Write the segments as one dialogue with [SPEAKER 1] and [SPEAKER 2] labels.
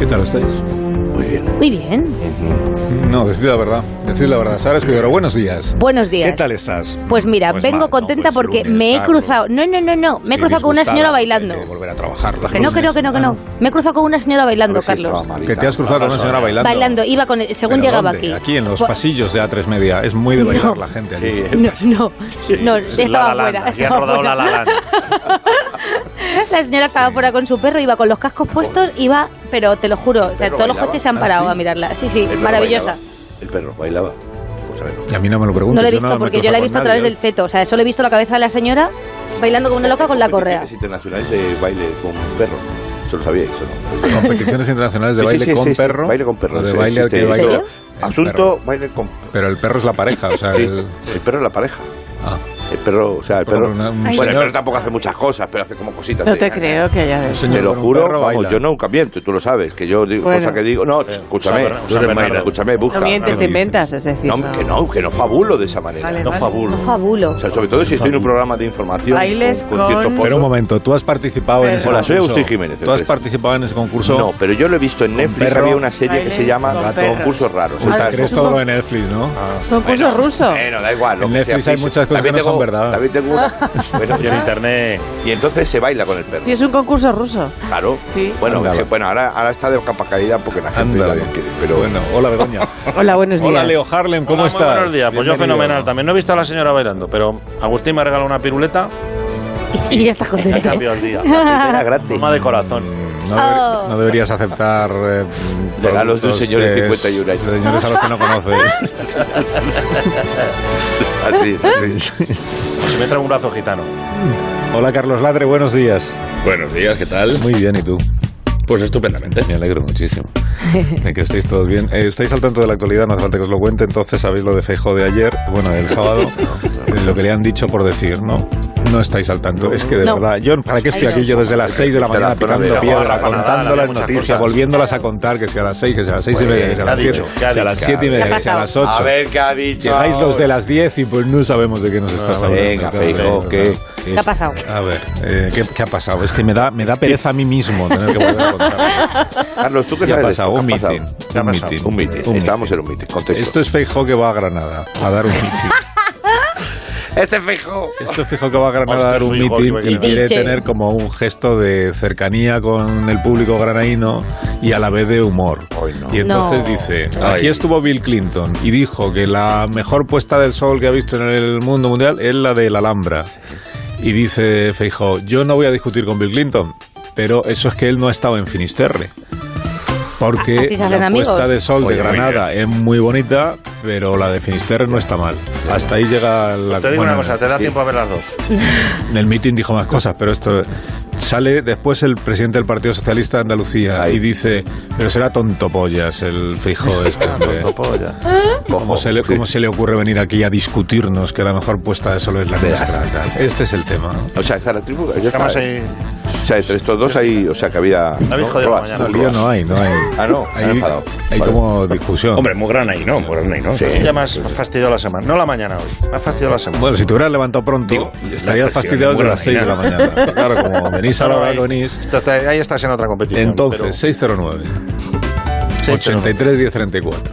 [SPEAKER 1] entonces. Muy bien.
[SPEAKER 2] Muy bien.
[SPEAKER 3] No, decir la verdad. Decir la verdad. Sara Escudero, buenos días.
[SPEAKER 2] Buenos días.
[SPEAKER 1] ¿Qué tal estás?
[SPEAKER 2] Pues mira,
[SPEAKER 1] Pues
[SPEAKER 2] vengo
[SPEAKER 1] mal, no,
[SPEAKER 2] contenta
[SPEAKER 1] pues
[SPEAKER 2] porque
[SPEAKER 1] lunes,
[SPEAKER 2] me he
[SPEAKER 1] claro.
[SPEAKER 2] cruzado. No, no, no, no. Me he cruzado con una señora bailando.
[SPEAKER 1] Hay que volver a trabajar. las
[SPEAKER 2] Que no, que no,
[SPEAKER 1] lunes.
[SPEAKER 2] que no, que no. Me he cruzado con una señora bailando,
[SPEAKER 1] Sí, estaba
[SPEAKER 2] Carlos.
[SPEAKER 1] malita.
[SPEAKER 3] Que te has cruzado con una señora bailando.
[SPEAKER 2] Bailando, iba con el, según
[SPEAKER 3] ¿Pero
[SPEAKER 2] llegaba
[SPEAKER 3] dónde?
[SPEAKER 2] aquí.
[SPEAKER 3] Aquí en los
[SPEAKER 2] Fue-
[SPEAKER 3] pasillos de A3 Media. Es muy de bailar
[SPEAKER 2] No.
[SPEAKER 3] la gente. allí.
[SPEAKER 1] Sí,
[SPEAKER 2] No, no, no, estaba fuera.
[SPEAKER 1] Aquí ha
[SPEAKER 2] estaba
[SPEAKER 1] rodado
[SPEAKER 2] fuera.
[SPEAKER 1] la la Land.
[SPEAKER 2] La señora estaba fuera con su perro, iba con los cascos puestos, iba, pero te lo juro, o sea,
[SPEAKER 1] perro
[SPEAKER 2] todos los
[SPEAKER 1] bailaba?
[SPEAKER 2] coches se han
[SPEAKER 3] ¿Ah,
[SPEAKER 2] parado
[SPEAKER 3] sí?
[SPEAKER 2] a mirarla. Sí, sí,
[SPEAKER 1] El perro
[SPEAKER 2] maravillosa.
[SPEAKER 1] bailaba. El perro bailaba. Pues a ver.
[SPEAKER 3] Y a mí no me lo preguntes.
[SPEAKER 2] No la he
[SPEAKER 3] yo
[SPEAKER 2] visto
[SPEAKER 3] me he
[SPEAKER 2] porque yo
[SPEAKER 3] cruzado
[SPEAKER 2] la he
[SPEAKER 3] con
[SPEAKER 2] visto a
[SPEAKER 3] nadie.
[SPEAKER 2] través del seto, o sea, solo he visto la cabeza de la señora bailando como una loca con la correa.
[SPEAKER 1] Competiciones internacionales de baile con perro. Eso lo sabíais, ¿o no?
[SPEAKER 3] Competiciones internacionales de
[SPEAKER 1] Sí, sí,
[SPEAKER 3] baile
[SPEAKER 1] sí,
[SPEAKER 3] con
[SPEAKER 1] sí, sí,
[SPEAKER 3] perro.
[SPEAKER 1] Baile con perro.
[SPEAKER 3] o de
[SPEAKER 1] sí,
[SPEAKER 3] baile
[SPEAKER 1] existe
[SPEAKER 3] que
[SPEAKER 1] esto.
[SPEAKER 3] baila
[SPEAKER 2] ¿En
[SPEAKER 3] el
[SPEAKER 1] Asunto,
[SPEAKER 3] perro.
[SPEAKER 1] baile con
[SPEAKER 3] Pero el perro es la pareja, o sea,
[SPEAKER 1] Sí,
[SPEAKER 3] el-
[SPEAKER 1] el perro es la pareja.
[SPEAKER 3] ah,
[SPEAKER 1] El perro, o sea, el
[SPEAKER 3] Por
[SPEAKER 1] perro.
[SPEAKER 3] una- un
[SPEAKER 1] bueno,
[SPEAKER 3] señor-
[SPEAKER 1] el perro tampoco hace muchas cosas, pero hace como cositas.
[SPEAKER 4] No
[SPEAKER 1] de-
[SPEAKER 4] te creo que haya de
[SPEAKER 3] un
[SPEAKER 4] eso.
[SPEAKER 3] señor
[SPEAKER 1] Te lo
[SPEAKER 3] con un
[SPEAKER 1] juro,
[SPEAKER 3] perro
[SPEAKER 1] vamos,
[SPEAKER 3] baila.
[SPEAKER 1] yo nunca miento, tú lo sabes, que yo digo
[SPEAKER 4] Bueno.
[SPEAKER 1] cosa que digo, no, ch, escúchame,
[SPEAKER 5] San Bernardo,
[SPEAKER 1] tú
[SPEAKER 5] San
[SPEAKER 1] eres
[SPEAKER 5] Bernardo.
[SPEAKER 1] mayor, escúchame, busca.
[SPEAKER 4] No mientes,
[SPEAKER 1] Claro.
[SPEAKER 4] te inventas, es decir.
[SPEAKER 1] No, que no, que no fabulo de esa manera.
[SPEAKER 4] Vale,
[SPEAKER 5] No
[SPEAKER 4] vale.
[SPEAKER 5] fabulo.
[SPEAKER 2] No fabulo.
[SPEAKER 1] O sea, sobre todo si estoy en un programa de información
[SPEAKER 4] Bailes
[SPEAKER 1] con, con cierto
[SPEAKER 4] con-
[SPEAKER 1] pozo.
[SPEAKER 3] Pero un momento, tú has participado en
[SPEAKER 4] Pero-
[SPEAKER 3] ese
[SPEAKER 4] Hola,
[SPEAKER 1] soy
[SPEAKER 3] concurso?
[SPEAKER 1] Agustín Jiménez,
[SPEAKER 3] Tú has
[SPEAKER 1] empresa.
[SPEAKER 3] participado en ese concurso.
[SPEAKER 1] No, pero yo lo he visto en Netflix,
[SPEAKER 3] perro.
[SPEAKER 1] había una serie que
[SPEAKER 4] Baile
[SPEAKER 1] se llama
[SPEAKER 4] con perro.
[SPEAKER 1] Concursos Raros.
[SPEAKER 3] Uy,
[SPEAKER 1] Está-
[SPEAKER 3] te crees todo lo de Netflix, ¿no? Ah,
[SPEAKER 4] Son cursos rusos.
[SPEAKER 1] Bueno, da igual. lo
[SPEAKER 3] En
[SPEAKER 1] que
[SPEAKER 3] Netflix
[SPEAKER 1] sea,
[SPEAKER 3] hay muchas cosas
[SPEAKER 1] También
[SPEAKER 3] que no son
[SPEAKER 1] tengo-
[SPEAKER 3] verdad.
[SPEAKER 1] También tengo una. Bueno,
[SPEAKER 5] Y en internet.
[SPEAKER 1] y entonces se baila con el perro.
[SPEAKER 4] Sí, es un concurso ruso.
[SPEAKER 1] Claro.
[SPEAKER 4] Sí.
[SPEAKER 1] Bueno,
[SPEAKER 3] Ándale.
[SPEAKER 1] que- bueno ahora, ahora está de capa caída porque la gente ya
[SPEAKER 3] Ándale.
[SPEAKER 1] no quiere. Pero
[SPEAKER 3] bueno, hola Begoña.
[SPEAKER 4] Hola, buenos días.
[SPEAKER 3] hola Leo Harlem, ¿cómo
[SPEAKER 5] Hola, muy
[SPEAKER 3] estás?
[SPEAKER 5] buenos días, pues yo
[SPEAKER 3] Bienvenido.
[SPEAKER 5] fenomenal también. No he visto a la señora bailando, pero Agustín me ha regalado una piruleta
[SPEAKER 2] Y, y ya estás
[SPEAKER 5] y me ha
[SPEAKER 2] contenta.
[SPEAKER 5] cambiado el día.
[SPEAKER 1] era gratis.
[SPEAKER 5] Toma de corazón.
[SPEAKER 3] Mm, No, deber-
[SPEAKER 2] Oh.
[SPEAKER 3] no deberías aceptar eh,
[SPEAKER 1] Regalos de un
[SPEAKER 3] productos
[SPEAKER 1] señor de
[SPEAKER 3] que-
[SPEAKER 1] 51 años.
[SPEAKER 3] eh, Señores a los que no conoces.
[SPEAKER 1] Así es, así es.
[SPEAKER 5] Se me trae un brazo gitano.
[SPEAKER 3] Hola Carlos Ladre, buenos días.
[SPEAKER 6] Buenos días, ¿qué tal?
[SPEAKER 3] Muy bien, ¿y tú?
[SPEAKER 6] Pues estupendamente.
[SPEAKER 3] Me alegro muchísimo de que estéis todos bien. Eh, estáis al tanto de la actualidad, no hace falta que os lo cuente. Entonces, sabéis lo de Feijo de ayer, bueno, del sábado, eh, lo que le han dicho por decir, ¿no? No estáis al tanto. Es que de
[SPEAKER 2] No.
[SPEAKER 3] verdad, yo, ¿para qué estoy
[SPEAKER 2] Ahí
[SPEAKER 3] aquí
[SPEAKER 2] no.
[SPEAKER 3] yo desde las 6 de la
[SPEAKER 1] Está
[SPEAKER 3] mañana
[SPEAKER 1] la zona de
[SPEAKER 3] picando
[SPEAKER 1] la
[SPEAKER 3] piedra,
[SPEAKER 5] barra,
[SPEAKER 3] contando
[SPEAKER 5] nada,
[SPEAKER 3] las
[SPEAKER 5] muchas
[SPEAKER 3] noticias,
[SPEAKER 5] cosas.
[SPEAKER 3] volviéndolas a contar, que sea a las 6, que sea a las 6 y
[SPEAKER 5] Pues,
[SPEAKER 3] media, que
[SPEAKER 5] ¿qué
[SPEAKER 3] sea a
[SPEAKER 5] ha
[SPEAKER 3] las 7,
[SPEAKER 5] dicho? ¿Qué
[SPEAKER 3] que
[SPEAKER 5] ha
[SPEAKER 3] sea a las
[SPEAKER 5] dicho?
[SPEAKER 3] 7 y media,
[SPEAKER 2] ¿Qué ha
[SPEAKER 3] que sea a las
[SPEAKER 2] pasado?
[SPEAKER 3] 8.
[SPEAKER 1] A ver qué ha dicho.
[SPEAKER 3] Llegáis los de
[SPEAKER 1] ahora.
[SPEAKER 3] las 10 y pues no sabemos de qué nos estás hablando.
[SPEAKER 1] Venga,
[SPEAKER 3] Te has
[SPEAKER 1] Feijóo,
[SPEAKER 3] reído,
[SPEAKER 1] ¿qué?
[SPEAKER 3] ¿no?
[SPEAKER 2] ¿Qué ha pasado?
[SPEAKER 3] A ver, eh, ¿qué, qué ha pasado? Es que me da, me da pereza a mí mismo tener que volver a contar.
[SPEAKER 1] Carlos, ¿tú qué
[SPEAKER 3] ¿Qué ha
[SPEAKER 1] sabes? de
[SPEAKER 3] pasado?
[SPEAKER 1] esto?
[SPEAKER 3] Un
[SPEAKER 1] ¿Qué ha pasado?
[SPEAKER 3] meeting.
[SPEAKER 1] ¿Qué ha
[SPEAKER 3] Un
[SPEAKER 1] pasado?
[SPEAKER 3] meeting.
[SPEAKER 1] Un meeting.
[SPEAKER 3] Un
[SPEAKER 1] Estábamos en un meeting. Contexto.
[SPEAKER 3] Esto es Feijó que va a Granada a dar un mitin.
[SPEAKER 1] Este fijo.
[SPEAKER 3] Esto es Feijó que va a Granada a
[SPEAKER 5] Hostia,
[SPEAKER 3] dar un
[SPEAKER 5] Feijóo,
[SPEAKER 3] mitin
[SPEAKER 5] qué
[SPEAKER 3] y
[SPEAKER 5] buena
[SPEAKER 3] quiere
[SPEAKER 2] idea.
[SPEAKER 3] tener como un gesto de cercanía con el público granaíno y a la vez de humor.
[SPEAKER 1] Ay, no.
[SPEAKER 3] Y entonces
[SPEAKER 2] No.
[SPEAKER 3] dice,
[SPEAKER 6] Ay.
[SPEAKER 3] aquí estuvo Bill Clinton y dijo que la mejor puesta del sol que ha visto en el mundo mundial es la de la Alhambra. Y dice Feijó, yo no voy a discutir con Bill Clinton, pero eso es que él no ha estado en Finisterre. Porque
[SPEAKER 2] Así se hacen
[SPEAKER 3] la
[SPEAKER 2] amigos.
[SPEAKER 3] puesta de sol
[SPEAKER 5] Oye,
[SPEAKER 3] de
[SPEAKER 5] muy
[SPEAKER 3] Granada es muy bonita, pero la de Finisterre no está mal. Hasta ahí llega la...
[SPEAKER 5] te digo
[SPEAKER 3] bueno,
[SPEAKER 5] una cosa, te da tiempo a ver las dos.
[SPEAKER 3] En el mitin dijo más cosas, pero esto... Sale después el presidente del Partido Socialista de Andalucía
[SPEAKER 1] Ay.
[SPEAKER 3] y dice, pero será tontopollas el Feijó este. hombre". ¿Cómo se, le, cómo se le ocurre venir aquí a discutirnos que la mejor puesta de sol es la nuestra? tal? Este es el tema. ¿no?
[SPEAKER 1] O sea, está la tribu. Ya está.
[SPEAKER 5] Estamos ahí.
[SPEAKER 1] O sea, entre estos dos hay. O sea, que había.
[SPEAKER 5] habéis jodido
[SPEAKER 1] Roas,
[SPEAKER 5] la mañana.
[SPEAKER 1] Roas.
[SPEAKER 3] Lío no hay, no hay.
[SPEAKER 1] Ah, no, han
[SPEAKER 3] Hay,
[SPEAKER 1] enfadado.
[SPEAKER 3] hay
[SPEAKER 1] Vale.
[SPEAKER 3] como discusión.
[SPEAKER 6] Hombre, muy gran ahí, ¿no? Muy gran ahí, ¿no?
[SPEAKER 1] Sí.
[SPEAKER 5] Ya me has fastidiado la semana. No la mañana hoy. Me has fastidiado la semana.
[SPEAKER 3] Bueno, si te hubieras levantado pronto,
[SPEAKER 6] Digo,
[SPEAKER 3] estarías
[SPEAKER 6] la presión
[SPEAKER 3] fastidiado
[SPEAKER 6] es
[SPEAKER 3] desde
[SPEAKER 6] muy
[SPEAKER 3] las 6 de la
[SPEAKER 6] buena.
[SPEAKER 3] mañana. Pero Claro, como venís a la hora
[SPEAKER 5] ahí,
[SPEAKER 3] que venís.
[SPEAKER 5] esto está- ahí estás en otra competición. pero-
[SPEAKER 3] Entonces, 609 83 1034.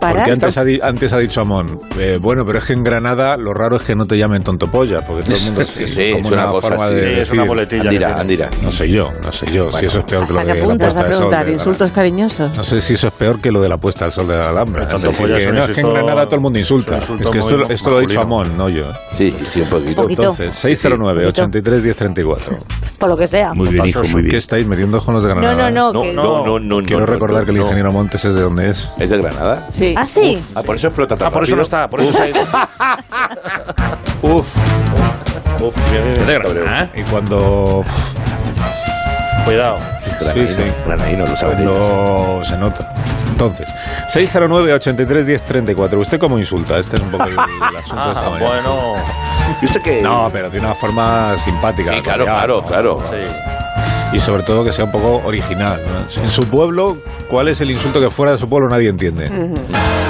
[SPEAKER 2] Parar.
[SPEAKER 3] Porque antes ha, di- antes ha dicho Amón, eh, bueno, pero es que en Granada lo raro es que no te llamen tonto polla, porque todo el mundo
[SPEAKER 1] Sí,
[SPEAKER 3] es,
[SPEAKER 1] sí,
[SPEAKER 3] como
[SPEAKER 1] es una
[SPEAKER 3] una
[SPEAKER 1] cosa
[SPEAKER 3] forma
[SPEAKER 1] así.
[SPEAKER 3] de
[SPEAKER 5] Sí, es una
[SPEAKER 3] decir,
[SPEAKER 5] boletilla. que
[SPEAKER 1] Andira,
[SPEAKER 5] tiene.
[SPEAKER 1] Andira.
[SPEAKER 3] No sé yo, no sé yo. si eso es peor que lo
[SPEAKER 2] ¿hasta
[SPEAKER 3] de
[SPEAKER 2] qué
[SPEAKER 3] la
[SPEAKER 2] punto
[SPEAKER 4] Vas
[SPEAKER 3] puesta
[SPEAKER 4] a
[SPEAKER 3] de sol.
[SPEAKER 4] preguntar
[SPEAKER 3] de la-
[SPEAKER 4] insultos cariñosos.
[SPEAKER 3] No sé si eso es peor que lo de la puesta al sol de la Alhambra.
[SPEAKER 5] Pero
[SPEAKER 3] Es
[SPEAKER 5] tanto
[SPEAKER 3] decir,
[SPEAKER 5] pollo,
[SPEAKER 3] que,
[SPEAKER 5] son
[SPEAKER 3] no, es que en
[SPEAKER 5] insultos-
[SPEAKER 3] Granada todo el mundo insulta.
[SPEAKER 5] son insultos
[SPEAKER 3] Es que esto,
[SPEAKER 5] muy
[SPEAKER 3] esto lo ha dicho
[SPEAKER 5] masculinos.
[SPEAKER 3] Amón, no yo.
[SPEAKER 1] Sí, sí, un poquito.
[SPEAKER 2] Poquito.
[SPEAKER 3] Entonces, 609 83 1034.
[SPEAKER 2] Por lo que sea.
[SPEAKER 6] Muy bien, hijo, muy
[SPEAKER 3] ¿Qué
[SPEAKER 6] bien.
[SPEAKER 3] estáis metiendo con los de
[SPEAKER 2] No,
[SPEAKER 3] Granada?
[SPEAKER 2] no, no.
[SPEAKER 1] No,
[SPEAKER 2] que-
[SPEAKER 1] no, no, no.
[SPEAKER 3] Quiero
[SPEAKER 1] no,
[SPEAKER 3] recordar
[SPEAKER 1] no,
[SPEAKER 3] que el
[SPEAKER 1] no.
[SPEAKER 3] ingeniero Montes es de donde es.
[SPEAKER 1] ¿Es de Granada?
[SPEAKER 4] Sí.
[SPEAKER 2] Ah, sí.
[SPEAKER 1] Ah, por eso explota tan
[SPEAKER 5] Ah, por eso no
[SPEAKER 1] rápido.
[SPEAKER 5] está. Por eso se ha ido.
[SPEAKER 3] Uf.
[SPEAKER 1] Uf,
[SPEAKER 6] ¿Qué te
[SPEAKER 1] mira,
[SPEAKER 6] grabas,
[SPEAKER 1] mira,
[SPEAKER 6] ah?
[SPEAKER 3] ¿eh? Y cuando.
[SPEAKER 5] Cuidado.
[SPEAKER 1] Granadino,
[SPEAKER 3] Sí, sí.
[SPEAKER 1] Granadino, lo saben ellos.
[SPEAKER 3] Cuando se nota. Entonces, 609 83 1034. ¿Usted cómo insulta? Este es un poco el, el asunto de esta
[SPEAKER 5] Ah,
[SPEAKER 3] mañana.
[SPEAKER 5] bueno.
[SPEAKER 1] ¿Y usted qué?
[SPEAKER 3] No, pero de una forma simpática.
[SPEAKER 1] Sí, claro,
[SPEAKER 3] cordial,
[SPEAKER 1] claro,
[SPEAKER 3] ¿no?
[SPEAKER 1] claro.
[SPEAKER 5] Sí.
[SPEAKER 3] y sobre todo que sea un poco original. ¿no? En su pueblo, ¿cuál es el insulto que fuera de su pueblo nadie entiende?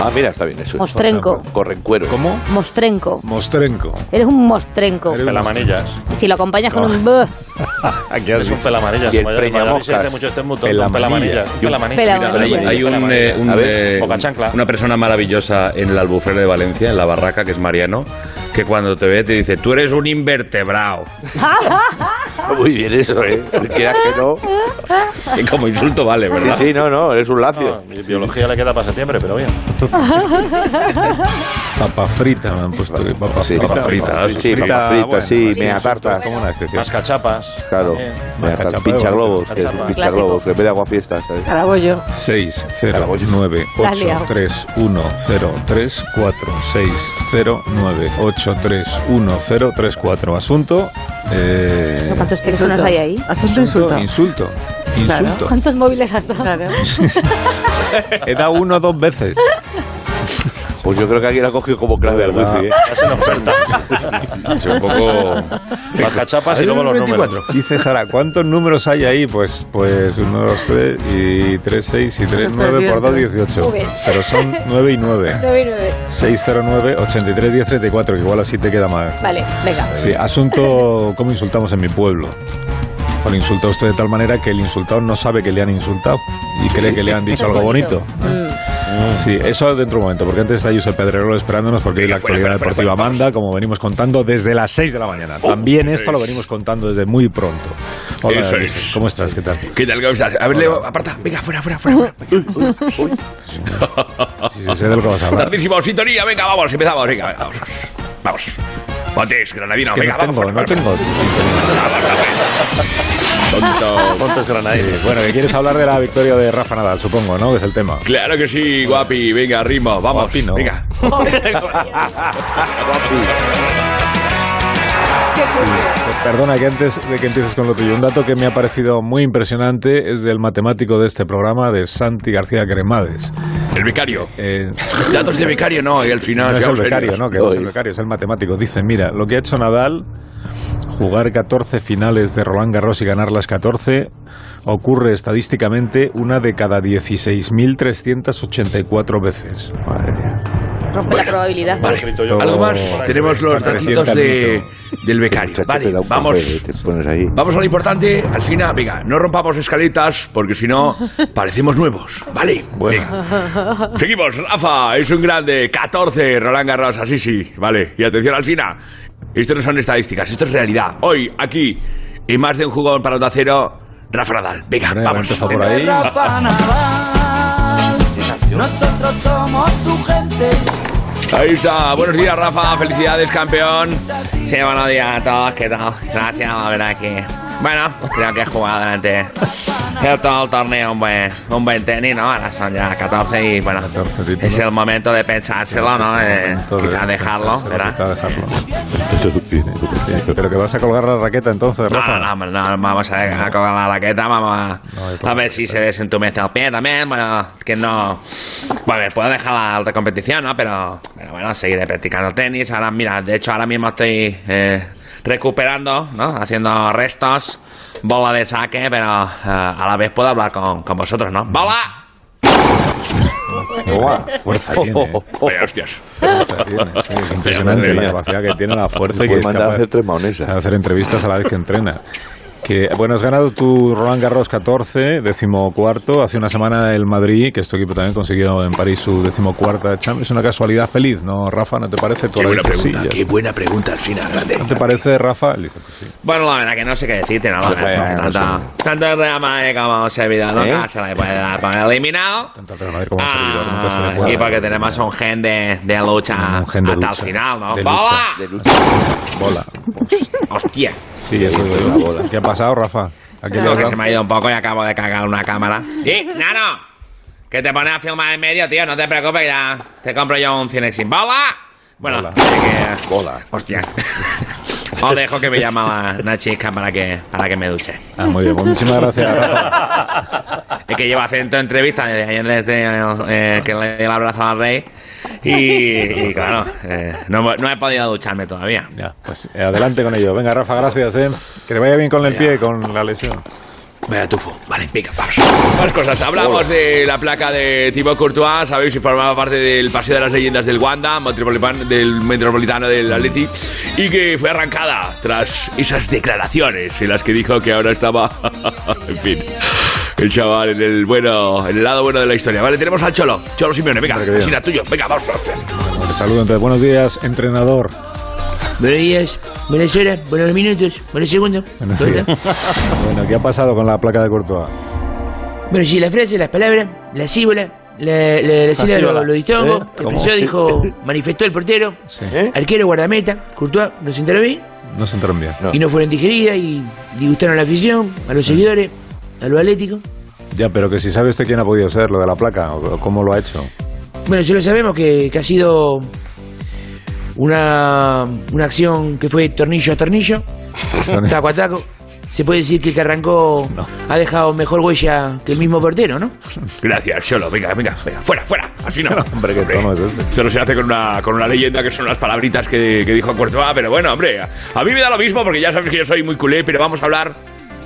[SPEAKER 1] Ah, mira, está bien eso.
[SPEAKER 2] Mostrenco.
[SPEAKER 1] Corren cuero.
[SPEAKER 3] ¿Cómo?
[SPEAKER 2] Mostrenco.
[SPEAKER 3] Mostrenco.
[SPEAKER 2] Eres un mostrenco.
[SPEAKER 3] Eres-
[SPEAKER 5] Pelamanillas.
[SPEAKER 2] Si lo acompañas con
[SPEAKER 5] No.
[SPEAKER 2] un b,
[SPEAKER 5] Es un pelamanillas.
[SPEAKER 1] Y el
[SPEAKER 5] en Valladolid
[SPEAKER 1] preñamoscas.
[SPEAKER 5] se dice mucho este mundo. un
[SPEAKER 3] Pelamanilla.
[SPEAKER 5] Pelamanillas. Un pelamanilla.
[SPEAKER 2] Pelamanilla.
[SPEAKER 6] Mira, hay, hay un, eh, un,
[SPEAKER 5] A ver,
[SPEAKER 6] eh,
[SPEAKER 5] boca chancla.
[SPEAKER 6] una persona maravillosa en la albufera de Valencia, en la barraca, que es Mariano, que cuando te ve te dice, tú eres un invertebrado.
[SPEAKER 1] Muy bien eso, ¿eh? Quieras que no.
[SPEAKER 6] Que como insulto vale,
[SPEAKER 1] Sí,
[SPEAKER 6] ¿verdad?
[SPEAKER 1] sí, no, no, eres un lacio.
[SPEAKER 5] No, mi biología le queda para septiembre, pero bien.
[SPEAKER 3] Papa frita me han puesto. que Papa
[SPEAKER 1] Sí,
[SPEAKER 3] frita.
[SPEAKER 1] papas fritas, sí, papas fritas,
[SPEAKER 3] bueno,
[SPEAKER 1] sí,
[SPEAKER 3] sí,
[SPEAKER 1] mea tartas.
[SPEAKER 3] Como una excepción.
[SPEAKER 5] Más cachapas.
[SPEAKER 1] Claro,
[SPEAKER 5] también.
[SPEAKER 1] mea tartas,
[SPEAKER 3] cachapa,
[SPEAKER 1] Eh, pincha
[SPEAKER 3] bueno,
[SPEAKER 1] globos, que
[SPEAKER 5] cachapa.
[SPEAKER 1] pincha
[SPEAKER 2] Clásico.
[SPEAKER 1] globos, que en vez de agua fiesta, ¿sabes?
[SPEAKER 4] Ahora voy yo.
[SPEAKER 3] 6, 0, 9,
[SPEAKER 2] La has
[SPEAKER 3] 8,
[SPEAKER 2] liado.
[SPEAKER 3] 3, 1, 0, 3, 4, 6, 0, 9, 8, 3, 1, 0, 3, 4. Asunto. Eh,
[SPEAKER 2] ¿cuántos teléfonos hay ahí?
[SPEAKER 4] Asunto insulto.
[SPEAKER 3] Insulto.
[SPEAKER 4] Claro.
[SPEAKER 3] Insulto.
[SPEAKER 2] ¿Cuántos móviles has dado?
[SPEAKER 4] Claro.
[SPEAKER 3] He dado uno dos veces.
[SPEAKER 1] Pues yo creo que alguien ha cogido como clave al
[SPEAKER 3] ¿Verdad?
[SPEAKER 1] wifi, ¿eh?
[SPEAKER 5] Ya se nos oferta.
[SPEAKER 6] Sí, un poco...
[SPEAKER 5] Más cachapas y luego los números.
[SPEAKER 3] Dice Sara, ¿cuántos números hay ahí? Pues, pues 1, 2, 3 y 3, 6 y 3, 9 por 2, 18.
[SPEAKER 2] Muy bien.
[SPEAKER 3] Pero son 9 y 9.
[SPEAKER 2] 99.
[SPEAKER 3] 609, 83, 10, 34, que igual así te queda más.
[SPEAKER 2] Vale, venga.
[SPEAKER 3] Sí, ah. asunto cómo insultamos en mi pueblo. Bueno, insulta usted de tal manera que el insultado no sabe que le han insultado y cree que le han dicho
[SPEAKER 2] Eso es
[SPEAKER 3] algo bonito.
[SPEAKER 2] Mm.
[SPEAKER 3] Sí, eso dentro de un momento, porque antes está Josep Pedrerolo esperándonos porque hoy la
[SPEAKER 6] Fuera,
[SPEAKER 3] actualidad
[SPEAKER 6] fuera, Oh, fuera,
[SPEAKER 3] deportiva
[SPEAKER 6] fuera,
[SPEAKER 3] manda, como venimos contando desde las 6 de la mañana. También esto lo venimos contando desde muy pronto. Hola,
[SPEAKER 6] Eso es.
[SPEAKER 3] Josep, ¿cómo estás? ¿Qué tal?
[SPEAKER 6] ¿Qué tal? ¿Cómo estás? A ver, Leo, aparta. Venga, fuera, fuera, fuera. fuera.
[SPEAKER 3] Sí, sí, sé de lo que vas a hablar.
[SPEAKER 6] Tardísimo, sintonía. Venga, vamos, empezamos. Venga, venga, vamos. Vamos. Botes, granadino.
[SPEAKER 3] Que
[SPEAKER 6] venga,
[SPEAKER 3] no tengo,
[SPEAKER 6] vamos.
[SPEAKER 3] no
[SPEAKER 6] fuera, fuera,
[SPEAKER 3] tengo.
[SPEAKER 6] fuera. Tonto.
[SPEAKER 5] Pontes Granadilla.
[SPEAKER 3] Bueno, que quieres hablar de la victoria de Rafa Nadal, supongo, ¿no? Que es el tema.
[SPEAKER 6] Claro que sí, guapi. Venga, ritmo. Vamos.
[SPEAKER 3] Guapi no.
[SPEAKER 6] Venga.
[SPEAKER 3] Pues Perdona que antes de que empieces con lo tuyo, un dato que me ha parecido muy impresionante es del matemático de este programa, de Santi García Cremades.
[SPEAKER 6] El becario.
[SPEAKER 3] Eh,
[SPEAKER 6] Datos de becario, no. Y al final...
[SPEAKER 3] no es el
[SPEAKER 6] seamos
[SPEAKER 3] becario,
[SPEAKER 6] serios.
[SPEAKER 3] ¿no? Que no es el becario, es el matemático. Dice, mira, lo que ha hecho Nadal, jugar 14 finales de Roland Garros y ganar las 14, ocurre estadísticamente una de cada 16.384 veces.
[SPEAKER 2] Rompe la probabilidad.
[SPEAKER 5] Escrito yo.
[SPEAKER 6] Algo más.
[SPEAKER 5] Por ahí.
[SPEAKER 6] Tenemos los
[SPEAKER 3] Está
[SPEAKER 6] datitos
[SPEAKER 3] recién
[SPEAKER 6] de, del becario.
[SPEAKER 1] Muchacho, te
[SPEAKER 6] Vale,
[SPEAKER 1] da un café,
[SPEAKER 6] vamos.
[SPEAKER 1] te pones ahí.
[SPEAKER 6] Vamos a lo importante, al final, venga, no rompamos escaletas porque si no parecemos nuevos, ¿vale?
[SPEAKER 3] Bueno.
[SPEAKER 6] Venga. Seguimos, Rafa, es un grande, 14, Roland Garros, así sí, vale. Y atención, Alcina, esto no son estadísticas, esto es realidad. Hoy, aquí, y más de un jugón para un acero, Rafa Nadal, venga,
[SPEAKER 3] Hombre,
[SPEAKER 6] vamos.
[SPEAKER 3] empezó por ahí. Ah,
[SPEAKER 7] Rafa Nadal. Nosotros somos su gente.
[SPEAKER 6] Ahí está, buenos días, Rafa, felicidades, campeón. Sí, buenos días a todos, ¿qué tal? Gracias por venir aquí. Bueno, creo que he jugado durante el- todo el torneo un buen, un buen tenis, ¿no? Ahora son ya 14 y bueno,
[SPEAKER 3] 14 títulos.
[SPEAKER 6] es el momento de pensárselo, ¿no? Eh, quizá dejarlo,
[SPEAKER 3] Quizá
[SPEAKER 6] ¿verdad?
[SPEAKER 3] dejarlo. Pero que vas a colgar la raqueta entonces,
[SPEAKER 6] No,
[SPEAKER 3] Rafa.
[SPEAKER 6] no, no, hombre, no, vamos a, a colgar la raqueta, vamos
[SPEAKER 3] No, de
[SPEAKER 6] a, a ver si se desentumece el pie también, bueno, que no... Bueno, puedo dejar la alta competición, ¿no? Pero, pero bueno, seguiré practicando tenis, ahora mira, de hecho ahora mismo estoy eh, recuperando, ¿no? Haciendo restos, bola de saque, pero eh, a la vez puedo hablar con, con vosotros, ¿no? ¡Bola!
[SPEAKER 1] Guau.
[SPEAKER 3] Fuerza tiene. ¿eh?
[SPEAKER 6] Oye, hostias.
[SPEAKER 3] Fuerza tiene, sí, es impresionante
[SPEAKER 6] madre
[SPEAKER 3] la
[SPEAKER 6] mía.
[SPEAKER 3] capacidad que tiene, la fuerza y
[SPEAKER 1] Puede
[SPEAKER 3] que es
[SPEAKER 1] mandar
[SPEAKER 3] capaz
[SPEAKER 1] a hacer tres
[SPEAKER 3] de
[SPEAKER 1] maonesas.
[SPEAKER 3] hacer entrevistas a la vez que entrena. Que, bueno, has ganado tu Roland Garros 14, decimocuarto. Hace una semana el Madrid, que es tu equipo también, consiguió en París su decimocuarta Champions. Es una casualidad feliz, ¿no, Rafa? ¿No te parece? Tú
[SPEAKER 6] Qué
[SPEAKER 3] ahora
[SPEAKER 6] buena
[SPEAKER 3] dices, sí,
[SPEAKER 6] pregunta,
[SPEAKER 3] ya
[SPEAKER 6] qué buena pregunta, al final, grande.
[SPEAKER 3] está. ¿No te parece, Rafa? Él dice, pues sí.
[SPEAKER 6] Bueno, la verdad que no sé qué decirte, no, no,
[SPEAKER 1] Bueno, ¿Eh?
[SPEAKER 6] tanto, tanto Real Madrid como Sevilla nunca se le puede dar por eliminado.
[SPEAKER 3] Tanto al Real Madrid como al servidor, nunca se le
[SPEAKER 6] Ah,
[SPEAKER 3] puede
[SPEAKER 6] y
[SPEAKER 3] dar.
[SPEAKER 6] porque tenemos un gen de, de lucha
[SPEAKER 3] Un gen de
[SPEAKER 6] hasta
[SPEAKER 3] lucha.
[SPEAKER 6] el final, ¿no?
[SPEAKER 3] De
[SPEAKER 6] ¡Bola!
[SPEAKER 1] De lucha.
[SPEAKER 3] Bola.
[SPEAKER 6] ¡Hostia!
[SPEAKER 3] Sí, eso digo yo. ¿Qué ha pasado, Rafa? ¿A qué le
[SPEAKER 6] Creo
[SPEAKER 3] has
[SPEAKER 6] que
[SPEAKER 3] dado?
[SPEAKER 6] se me ha ido un poco y acabo de cagar una cámara. ¡Sí, nano! Que te pones a filmar en medio, tío, no te preocupes, ya te compro yo un Cinex sin bola. Bueno,
[SPEAKER 3] Bola.
[SPEAKER 6] así que-
[SPEAKER 1] Bola.
[SPEAKER 6] hostia. Os dejo que me llama la- una chica para que, para que me duche.
[SPEAKER 3] Ah, muy bien, pues muchísimas gracias, Rafa.
[SPEAKER 6] Es que lleva haciendo entrevistas desde ayer desde, eh, que le di el abrazo al rey. Y, y claro, eh, no, no he podido ducharme todavía.
[SPEAKER 3] Ya, pues eh, adelante con ello. Venga, Rafa, gracias, ¿eh? Que te vaya bien con el pie, con la lesión.
[SPEAKER 6] Me atufo. Vale, venga, vamos. Más cosas. Hablamos de la placa de Thibaut Courtois. Sabéis si formaba parte del Paseo de las Leyendas del Wanda, metropolitan- del Metropolitano del Atleti, y que fue arrancada tras esas declaraciones en las que dijo que ahora estaba... en fin, el chaval en el bueno, en el lado bueno de la historia. Vale, tenemos al Cholo. Cholo Simeone, venga,
[SPEAKER 3] Hombre, qué bien.
[SPEAKER 6] Sina, tuyo. Venga, vamos. vamos, vamos.
[SPEAKER 3] Bueno, te saludo entonces. Buenos días, entrenador.
[SPEAKER 8] Buenos días, buenas horas, buenos minutos, buenos segundos.
[SPEAKER 3] Buenos
[SPEAKER 8] ¿Todo
[SPEAKER 3] días.
[SPEAKER 8] está?
[SPEAKER 3] Bueno, ¿qué ha pasado con la placa de Courtois?
[SPEAKER 8] Bueno, sí, la frase, las palabras, la síbola, la, la, la sílaba,
[SPEAKER 5] sílaba.
[SPEAKER 8] lo- los distongos,
[SPEAKER 5] ¿Eh?
[SPEAKER 8] el
[SPEAKER 3] ¿Cómo?
[SPEAKER 8] profesor dijo, manifestó el portero,
[SPEAKER 3] Sí.
[SPEAKER 8] arquero, guardameta, Courtois, los interví
[SPEAKER 3] No se entraron bien.
[SPEAKER 8] y no fueron digeridas y disgustaron a la afición, a los seguidores, a los atléticos.
[SPEAKER 3] Ya, pero que si sabe usted quién ha podido ser lo de la placa o o cómo lo ha hecho.
[SPEAKER 8] Bueno, ya lo sabemos que, que ha sido una, una acción que fue tornillo a tornillo, taco a taco. Se puede decir que el que arrancó ha dejado mejor huella que el mismo portero, ¿no?
[SPEAKER 6] Gracias, Cholo. Venga, venga, venga. Fuera, fuera. Así no.
[SPEAKER 3] Hombre, qué tono es este.
[SPEAKER 6] Solo se hace con una, con una leyenda que son unas palabritas que, que dijo Courtois. Pero bueno, hombre, a, a mí me da lo mismo porque ya sabes que yo soy muy culé, pero vamos a hablar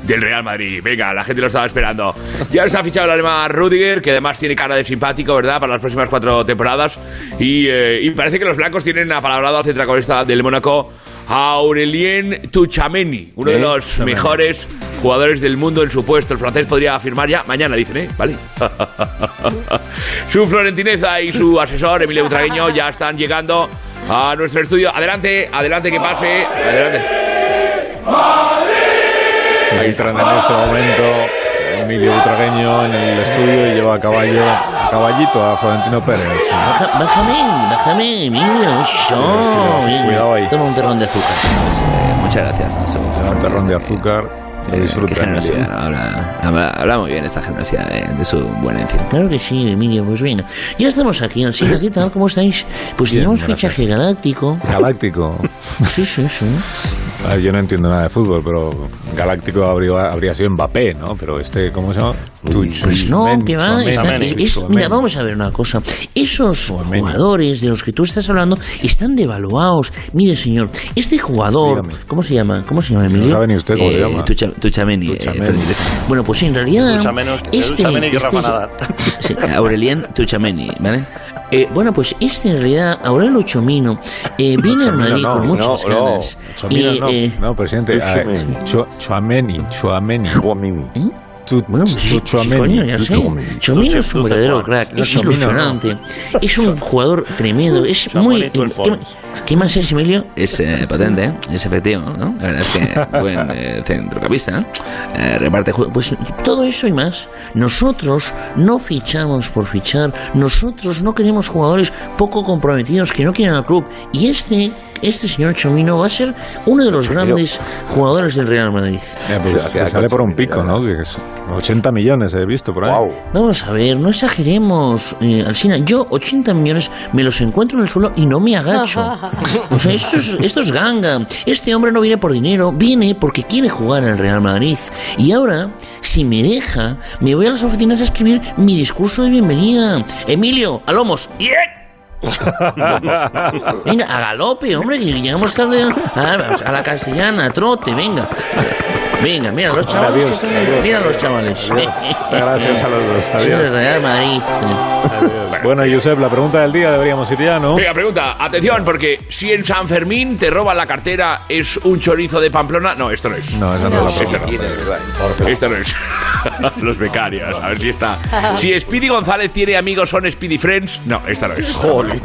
[SPEAKER 6] del Real Madrid. Venga, la gente lo estaba esperando. Ya está fichado el alemán Rudiger, que además tiene cara de simpático, ¿verdad? Para las próximas cuatro temporadas. Y, eh, y parece que los blancos tienen apalabrado al centrocampista del Mónaco. Aurelien Tuchameni, uno de
[SPEAKER 3] ¿Eh?
[SPEAKER 6] los
[SPEAKER 3] Tuchemeni.
[SPEAKER 6] mejores jugadores del mundo en su puesto. El francés podría firmar ya mañana, dicen, ¿eh? ¿Vale? su florentineza y su asesor, Emilio Butragueño, ya están llegando a nuestro estudio. Adelante, adelante, que pase. Adelante.
[SPEAKER 3] Entran en este momento Emilio Butragueño en el estudio y lleva a caballo, a caballito a Florentino Pérez.
[SPEAKER 9] Baja- Bájame, bájame, Emilio.
[SPEAKER 3] sí, sí, cuidado ahí.
[SPEAKER 9] Toma un terrón de azúcar.
[SPEAKER 6] muchas gracias. No sé,
[SPEAKER 3] Le da un terrón de azúcar y lo disfruta. Emilio.
[SPEAKER 6] Habla, muy bien esta generosidad de, su buena
[SPEAKER 9] Claro que sí, Emilio, pues venga. Ya estamos aquí, Alcina, ¿qué tal? ¿Cómo estáis? Pues
[SPEAKER 3] Bien,
[SPEAKER 9] tenemos
[SPEAKER 3] gracias.
[SPEAKER 9] fichaje galáctico.
[SPEAKER 3] Galáctico.
[SPEAKER 9] Sí, sí, sí.
[SPEAKER 3] A ver, yo no entiendo nada de fútbol, pero Galáctico habría, habría sido Mbappé, ¿no? Pero este, ¿cómo se llama?
[SPEAKER 9] Pues no, que va.
[SPEAKER 3] Tuchomeni.
[SPEAKER 9] está- es- es- mira, vamos a ver una cosa. Esos
[SPEAKER 3] Tuchomeni.
[SPEAKER 9] jugadores de los que tú estás hablando están devaluados. Mire, señor, este jugador,
[SPEAKER 3] Dígame.
[SPEAKER 9] ¿cómo se llama? ¿Cómo se llama, Emilio? Eh,
[SPEAKER 3] No sabe ni usted cómo se llama.
[SPEAKER 9] Tuchameni. eh,
[SPEAKER 3] Tuchomeni.
[SPEAKER 9] Bueno, pues en realidad.
[SPEAKER 5] Usa menos-
[SPEAKER 9] este,
[SPEAKER 5] usa menos que
[SPEAKER 9] este
[SPEAKER 5] Rafa
[SPEAKER 9] es-
[SPEAKER 5] Nadal.
[SPEAKER 9] sí, Aurelian Tuchameni, ¿vale? Eh, bueno, pues este en realidad, Aurelio Chomino, eh, viene al Madrid
[SPEAKER 3] no,
[SPEAKER 9] con
[SPEAKER 3] no,
[SPEAKER 9] muchas
[SPEAKER 3] no,
[SPEAKER 9] ganas.
[SPEAKER 3] Chomino
[SPEAKER 9] Y,
[SPEAKER 3] no,
[SPEAKER 9] eh,
[SPEAKER 3] no, presidente. a ver, Cho- Choameni, Choameni.
[SPEAKER 9] ¿eh?
[SPEAKER 3] Tu-
[SPEAKER 9] Bueno,
[SPEAKER 3] tu-
[SPEAKER 9] sí,
[SPEAKER 3] Tchouaméni.
[SPEAKER 9] sí, coño, ya sé. Chomino es un verdadero crack,
[SPEAKER 3] No,
[SPEAKER 9] es
[SPEAKER 3] Tchouaméni no.
[SPEAKER 9] ilusionante, es un jugador tremendo, es muy...
[SPEAKER 5] Tchouaméni, tú el
[SPEAKER 9] ¿qué,
[SPEAKER 5] Fons.
[SPEAKER 9] qué más es, Emilio?
[SPEAKER 10] Es eh, potente, ¿eh? es efectivo, ¿no? La verdad es que buen eh, centrocampista, ¿eh? Eh, reparte ju-
[SPEAKER 9] Pues todo eso y más. Nosotros no fichamos por fichar, nosotros no queremos jugadores poco comprometidos que no quieran al club. Y este, este señor Chomino va a ser uno de los grandes jugadores del Real Madrid.
[SPEAKER 3] Eh, pues,
[SPEAKER 1] O sea,
[SPEAKER 3] que
[SPEAKER 1] que
[SPEAKER 3] sale por un
[SPEAKER 1] Tchouaméni,
[SPEAKER 3] pico,
[SPEAKER 1] de
[SPEAKER 3] ¿no?
[SPEAKER 1] verdad.
[SPEAKER 3] Que es 80 millones he visto por ahí.
[SPEAKER 1] Wow.
[SPEAKER 9] Vamos a ver, no exageremos, eh, Alsina. Yo 80 millones me los encuentro en el suelo y no me agacho. O sea, esto es, esto es ganga. Este hombre no viene por dinero, viene porque quiere jugar al Real Madrid. Y ahora, si me deja, me voy a las oficinas a escribir mi discurso de bienvenida. Emilio, a lomos. Venga, a galope, hombre, que llegamos tarde a, a la castellana, a trote, venga. Venga, mira los chavales. que están ahí, mira los chavales.
[SPEAKER 3] Gracias a los dos.
[SPEAKER 9] Sí,
[SPEAKER 3] Adiós.
[SPEAKER 9] del Real Madrid.
[SPEAKER 3] Bueno, Josep, la pregunta del día deberíamos ir ya, ¿no?
[SPEAKER 6] Venga, pregunta. Atención, porque si en San Fermín te roban la cartera, ¿es un chorizo de Pamplona? No, esto no es.
[SPEAKER 3] No, esa no, es la
[SPEAKER 6] Esa no.
[SPEAKER 3] pregunta.
[SPEAKER 6] Esta no es. Los becarios, a ver si está. Si Speedy González tiene amigos, son Speedy Friends. No, esta no es. Vale,